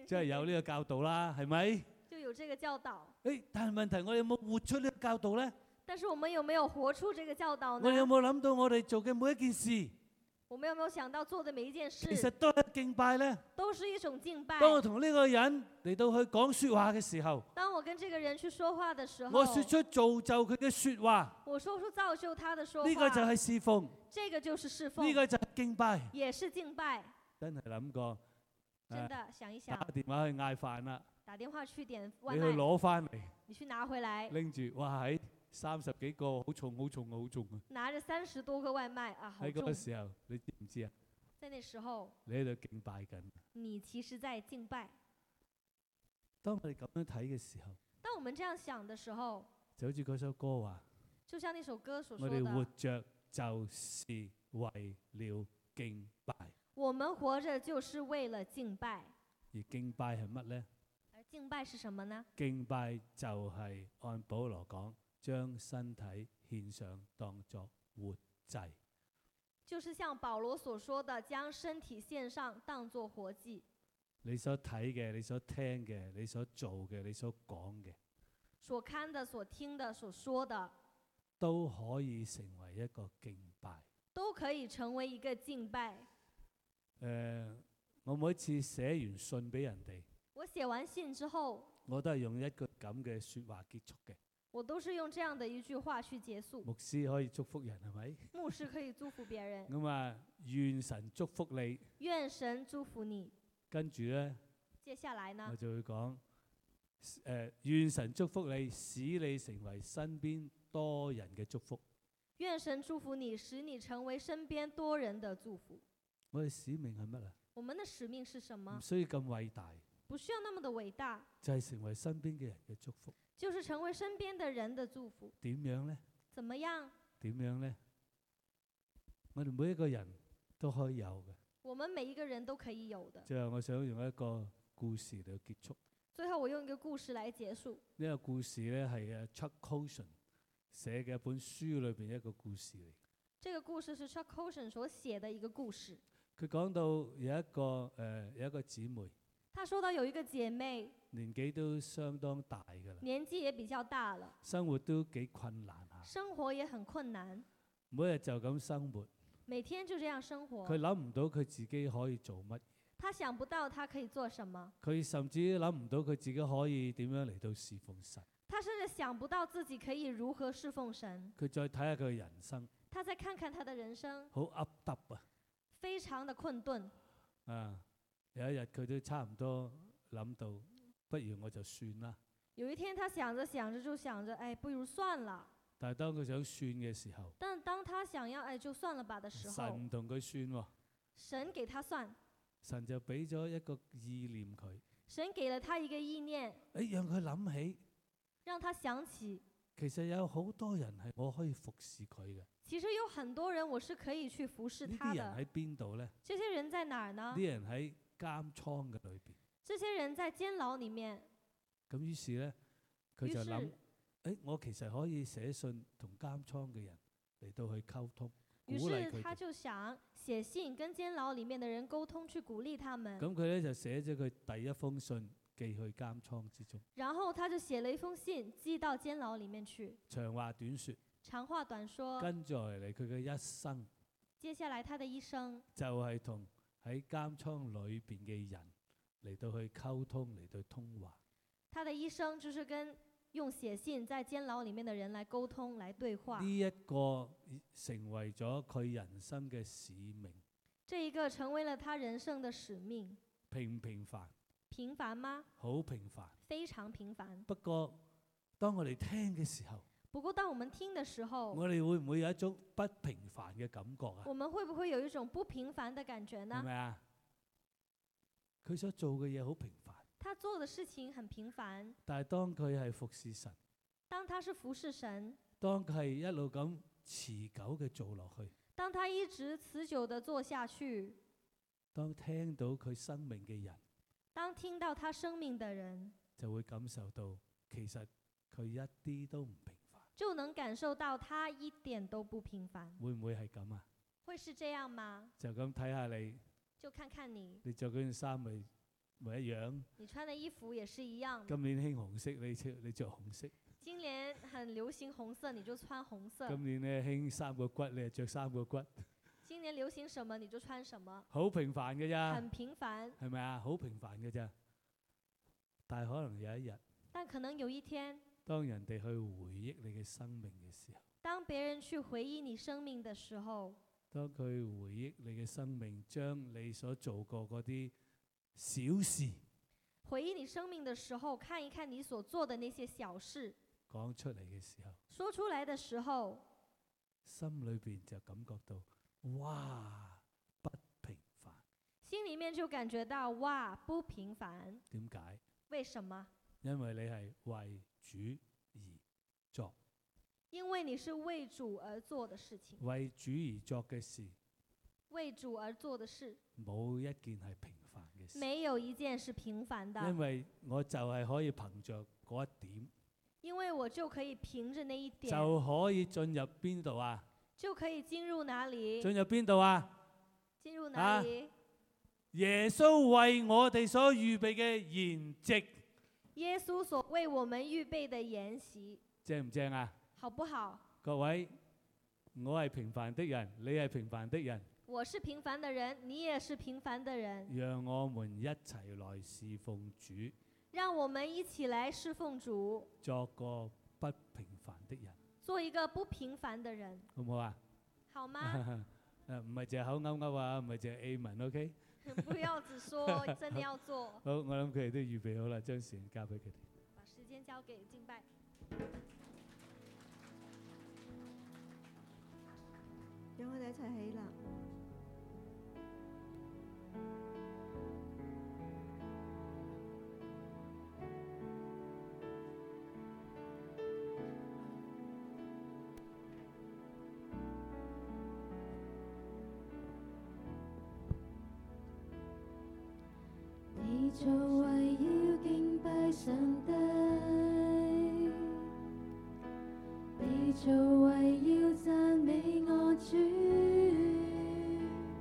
Speaker 4: 即係有呢個教導啦，係咪？
Speaker 3: 就有这个教导。
Speaker 4: 誒，但係問題我哋有冇活出呢個教導呢？
Speaker 3: 但是我们有没有活出这个教导呢
Speaker 4: 我？哋有冇諗到我哋做嘅每一件事，
Speaker 3: 我们有没有想到做的每一件
Speaker 4: 其實
Speaker 3: 事
Speaker 4: 都係敬拜呢？
Speaker 3: 都是一种敬拜？
Speaker 4: 當我同呢個人嚟到去講説話嘅時候，
Speaker 3: 当我跟这个人去说话的时候，
Speaker 4: 我説出造就佢嘅説話，
Speaker 3: 我说出造就他的说话，
Speaker 4: 呢個就係侍奉，呢
Speaker 3: 这个就是侍奉，
Speaker 4: 個就係敬拜。
Speaker 3: 也是敬拜。
Speaker 4: 真係諗過，
Speaker 3: 真
Speaker 4: 誒
Speaker 3: 的，想一想
Speaker 4: 打，電話去嗌飯啦，
Speaker 3: 打电话去点
Speaker 4: 你
Speaker 3: 外
Speaker 4: 去
Speaker 3: 卖，
Speaker 4: 攞翻嚟，
Speaker 3: 你去拿回来，
Speaker 4: 拎住，哇喺三十幾個，好重好重好重啊！
Speaker 3: 拿着三十多个外卖啊，好
Speaker 4: 喺嗰
Speaker 3: 重
Speaker 4: 個！時候，你知唔知啊？
Speaker 3: 在那时候，
Speaker 4: 你喺度敬拜緊。
Speaker 3: 你其实在敬拜。
Speaker 4: 當我哋咁樣睇嘅時候，
Speaker 3: 当我们这样想的时候，
Speaker 4: 就好似嗰首歌話：
Speaker 3: 就像那首歌所说
Speaker 4: 我哋
Speaker 3: 的，
Speaker 4: 活着就是為了敬拜，
Speaker 3: 我们活着就是为了敬拜。
Speaker 4: 而敬拜係乜呢？
Speaker 3: 而敬拜是什么呢？
Speaker 4: 敬拜就係按保羅講，將身體獻上當作活祭。
Speaker 3: 就是像保罗所说的，将身体献上，当作活祭。
Speaker 4: 你所睇嘅、你所聽嘅、你所做嘅、你所講嘅，
Speaker 3: 所看的、所听的、所说的，
Speaker 4: 都可以成為一個敬拜。
Speaker 3: 都可以成为一个敬拜。
Speaker 4: 誒、呃我每一次寫完信俾人哋，
Speaker 3: 我写完信之后，
Speaker 4: 我都係用一句咁嘅説話結束嘅。
Speaker 3: 我都是用这样的一句话去结束。
Speaker 4: 牧師可以祝福人係咪？
Speaker 3: 牧师可以祝福别人，
Speaker 4: 咁啊，願神祝福你。
Speaker 3: 愿神祝福你。
Speaker 4: 跟住呢，
Speaker 3: 接下来呢
Speaker 4: 我，就會講誒、願神祝福你，使你成為身邊多人嘅祝福。
Speaker 3: 愿神祝福你，使你成为身边多人的祝福。
Speaker 4: 我嘅使命係乜
Speaker 3: 我们的使命是什
Speaker 4: 啊？唔
Speaker 3: 么？
Speaker 4: 需要咁偉大，
Speaker 3: 不需要那么的伟大，
Speaker 4: 就係、成為身邊嘅人嘅祝福。
Speaker 3: 就是成为身边的人的祝福。
Speaker 4: 點樣呢？
Speaker 3: 怎么样？
Speaker 4: 點樣呢？我哋每一個人都可以有嘅。
Speaker 3: 我们每一个人都可以有的。
Speaker 4: 最後，我想用一個故事嚟結束。
Speaker 3: 最后，我用一个故事来结束。
Speaker 4: 呢、個故事呢，係啊 Chuck Colson 寫嘅一本書裏邊一個故事嚟。
Speaker 3: 这个故事是 Chuck Colson 所写的一个故事。
Speaker 4: 佢講到有一個誒、呃有一個姊妹，
Speaker 3: 他说到有一个姐妹，
Speaker 4: 年紀都相當大㗎啦，
Speaker 3: 年纪也比较大了，
Speaker 4: 生活都幾困難下，
Speaker 3: 生活也很困難，
Speaker 4: 每日就咁生活，
Speaker 3: 每天就这样生
Speaker 4: 佢
Speaker 3: 活。
Speaker 4: 諗唔到佢自己可以做乜，
Speaker 3: 他想不到他可以做什么，
Speaker 4: 佢甚至諗唔到佢自己可以點樣嚟到侍奉神。
Speaker 3: 他甚至想不到自己可以如何侍奉神。
Speaker 4: 佢再睇下佢嘅人生，
Speaker 3: 他再看看他的人生，
Speaker 4: 好噏耷啊！
Speaker 3: 非常的困頓。
Speaker 4: 啊，有一日佢都差唔多諗到，不如我就算啦。
Speaker 3: 有一天，他想着想着就想着，哎，不如算了。
Speaker 4: 但係當佢想算嘅時候，
Speaker 3: 但当他想要哎就算了吧的时候，
Speaker 4: 神唔同佢算喎，
Speaker 3: 神给他算，
Speaker 4: 神就俾咗一個意念佢，誒、哎
Speaker 3: 神給了他一个意念，
Speaker 4: 讓佢諗起。
Speaker 3: 让他想起，
Speaker 4: 其實有好多人係我可以服侍佢嘅，呢
Speaker 3: 其实有很多人我是可以去服侍他
Speaker 4: 啲人
Speaker 3: 的。
Speaker 4: 喺邊度呢？
Speaker 3: 这些人在哪儿呢
Speaker 4: 呢？啲人喺監倉嘅裏邊。
Speaker 3: 这些人在监牢里面。
Speaker 4: 咁於是呢，佢
Speaker 3: 于，
Speaker 4: 就是諗：，誒、我其實可以寫信同監倉嘅人嚟到去溝通，鼓
Speaker 3: 于
Speaker 4: 勵
Speaker 3: 是
Speaker 4: 佢
Speaker 3: 他
Speaker 4: 哋。
Speaker 3: 就想写信跟监牢里面的人沟通，去鼓励他们。
Speaker 4: 咁佢呢就寫咗佢第一封信寄去監倉之中。
Speaker 3: 然后他就写了一封信寄到监牢里面去。
Speaker 4: 長話短説，
Speaker 3: 长话短说，
Speaker 4: 跟住落嚟佢嘅一生
Speaker 3: 接下来他的一生
Speaker 4: 就係同喺監倉裏邊嘅人嚟到去溝通，嚟到通話。
Speaker 3: 他的一生就是跟用写信在监牢里面的人来沟通、来对话。
Speaker 4: 呢一個成為咗佢人生嘅使命，
Speaker 3: 这一个成为了他人生的使命。
Speaker 4: 平唔平凡，
Speaker 3: 平凡吗？
Speaker 4: 好平凡。
Speaker 3: 非常平凡。
Speaker 4: 不過，當我哋聽嘅時候，
Speaker 3: 不過，当我们听的时候，
Speaker 4: 我哋會唔會有一種不平凡嘅感覺啊？
Speaker 3: 我们会不会有一种不平凡的感觉
Speaker 4: 係
Speaker 3: 呢？
Speaker 4: 咪啊？佢所做嘅嘢好平凡，
Speaker 3: 他做的事情很平凡，
Speaker 4: 但係當佢係服侍神，
Speaker 3: 当他是服侍神，
Speaker 4: 當佢係一路咁持久嘅做落去，
Speaker 3: 当他一直持久的做下去，
Speaker 4: 當聽到佢生命嘅人，
Speaker 3: 当听到他生命的人，
Speaker 4: 就會感受到其實佢一啲都唔平凡。
Speaker 3: 就能感受到他一点都不平凡。
Speaker 4: 會唔會係咁啊？
Speaker 3: 会是这样吗？
Speaker 4: 就咁睇下你，
Speaker 3: 就看看你，
Speaker 4: 你着嗰件衫咪咪一樣。
Speaker 3: 你穿的衣服也是一样的。
Speaker 4: 今年興紅色，你着你著紅色；
Speaker 3: 今年很流行紅色，你就穿紅色；
Speaker 4: 今年咧興三個骨，你就着三個骨，
Speaker 3: 今年流行什么你就穿什么，
Speaker 4: 好平凡嘅咋，
Speaker 3: 很平凡。
Speaker 4: 係咪啊？好平凡嘅咋。但係可能有一日，
Speaker 3: 但可能有一天，
Speaker 4: 當人哋去回憶你嘅生命嘅時候，
Speaker 3: 当别人去回忆你生命的时候，
Speaker 4: 當佢回憶你嘅生命，將你所做過嗰啲小事
Speaker 3: 回忆你生命的时候，看一看你所做的那些小事，
Speaker 4: 講出嚟嘅時候，
Speaker 3: 说出来的时候，
Speaker 4: 心裏邊就感覺到哇不平凡。
Speaker 3: 心里面就感觉到哇，不平凡。
Speaker 4: 點解？
Speaker 3: 为什么？
Speaker 4: 因為你係為主而作。
Speaker 3: 因为你是为主而做的事情，
Speaker 4: 為主而作嘅事，
Speaker 3: 为主而做的事，
Speaker 4: 冇一件係平凡嘅事。
Speaker 3: 没有一件是平凡的
Speaker 4: 因。為我就係可以憑着嗰一點，
Speaker 3: 因为我就可以凭着那一点，
Speaker 4: 就可以進入邊度啊？
Speaker 3: 就可以进入哪里，
Speaker 4: 進入邊度啊？
Speaker 3: 进入哪里。
Speaker 4: 耶穌為我哋所預備嘅筵席，
Speaker 3: 耶稣所为我们预备的筵席，
Speaker 4: 正唔正啊？
Speaker 3: 好不好？
Speaker 4: 各位，我係平凡的人，你係平凡的人，
Speaker 3: 我是平凡的人，你也是平凡的人，
Speaker 4: 讓我們一齊來侍奉主，
Speaker 3: 让我们一起来侍奉主，
Speaker 4: 作個不平凡的人，
Speaker 3: 做一个不平凡的人，
Speaker 4: 好唔好啊？
Speaker 3: 好吗？ [LAUGHS]
Speaker 4: 誒呃唔係淨係口噏噏啊，唔係淨係 A 文，OK？
Speaker 3: 不要只说，真的要做。
Speaker 4: 好，我諗佢哋都預備好啦，將時間交俾佢哋。
Speaker 3: 把时间交给敬拜。
Speaker 5: 让我哋一齊起立。
Speaker 6: 你就為要敬拜上帝，你就為要讚美我主。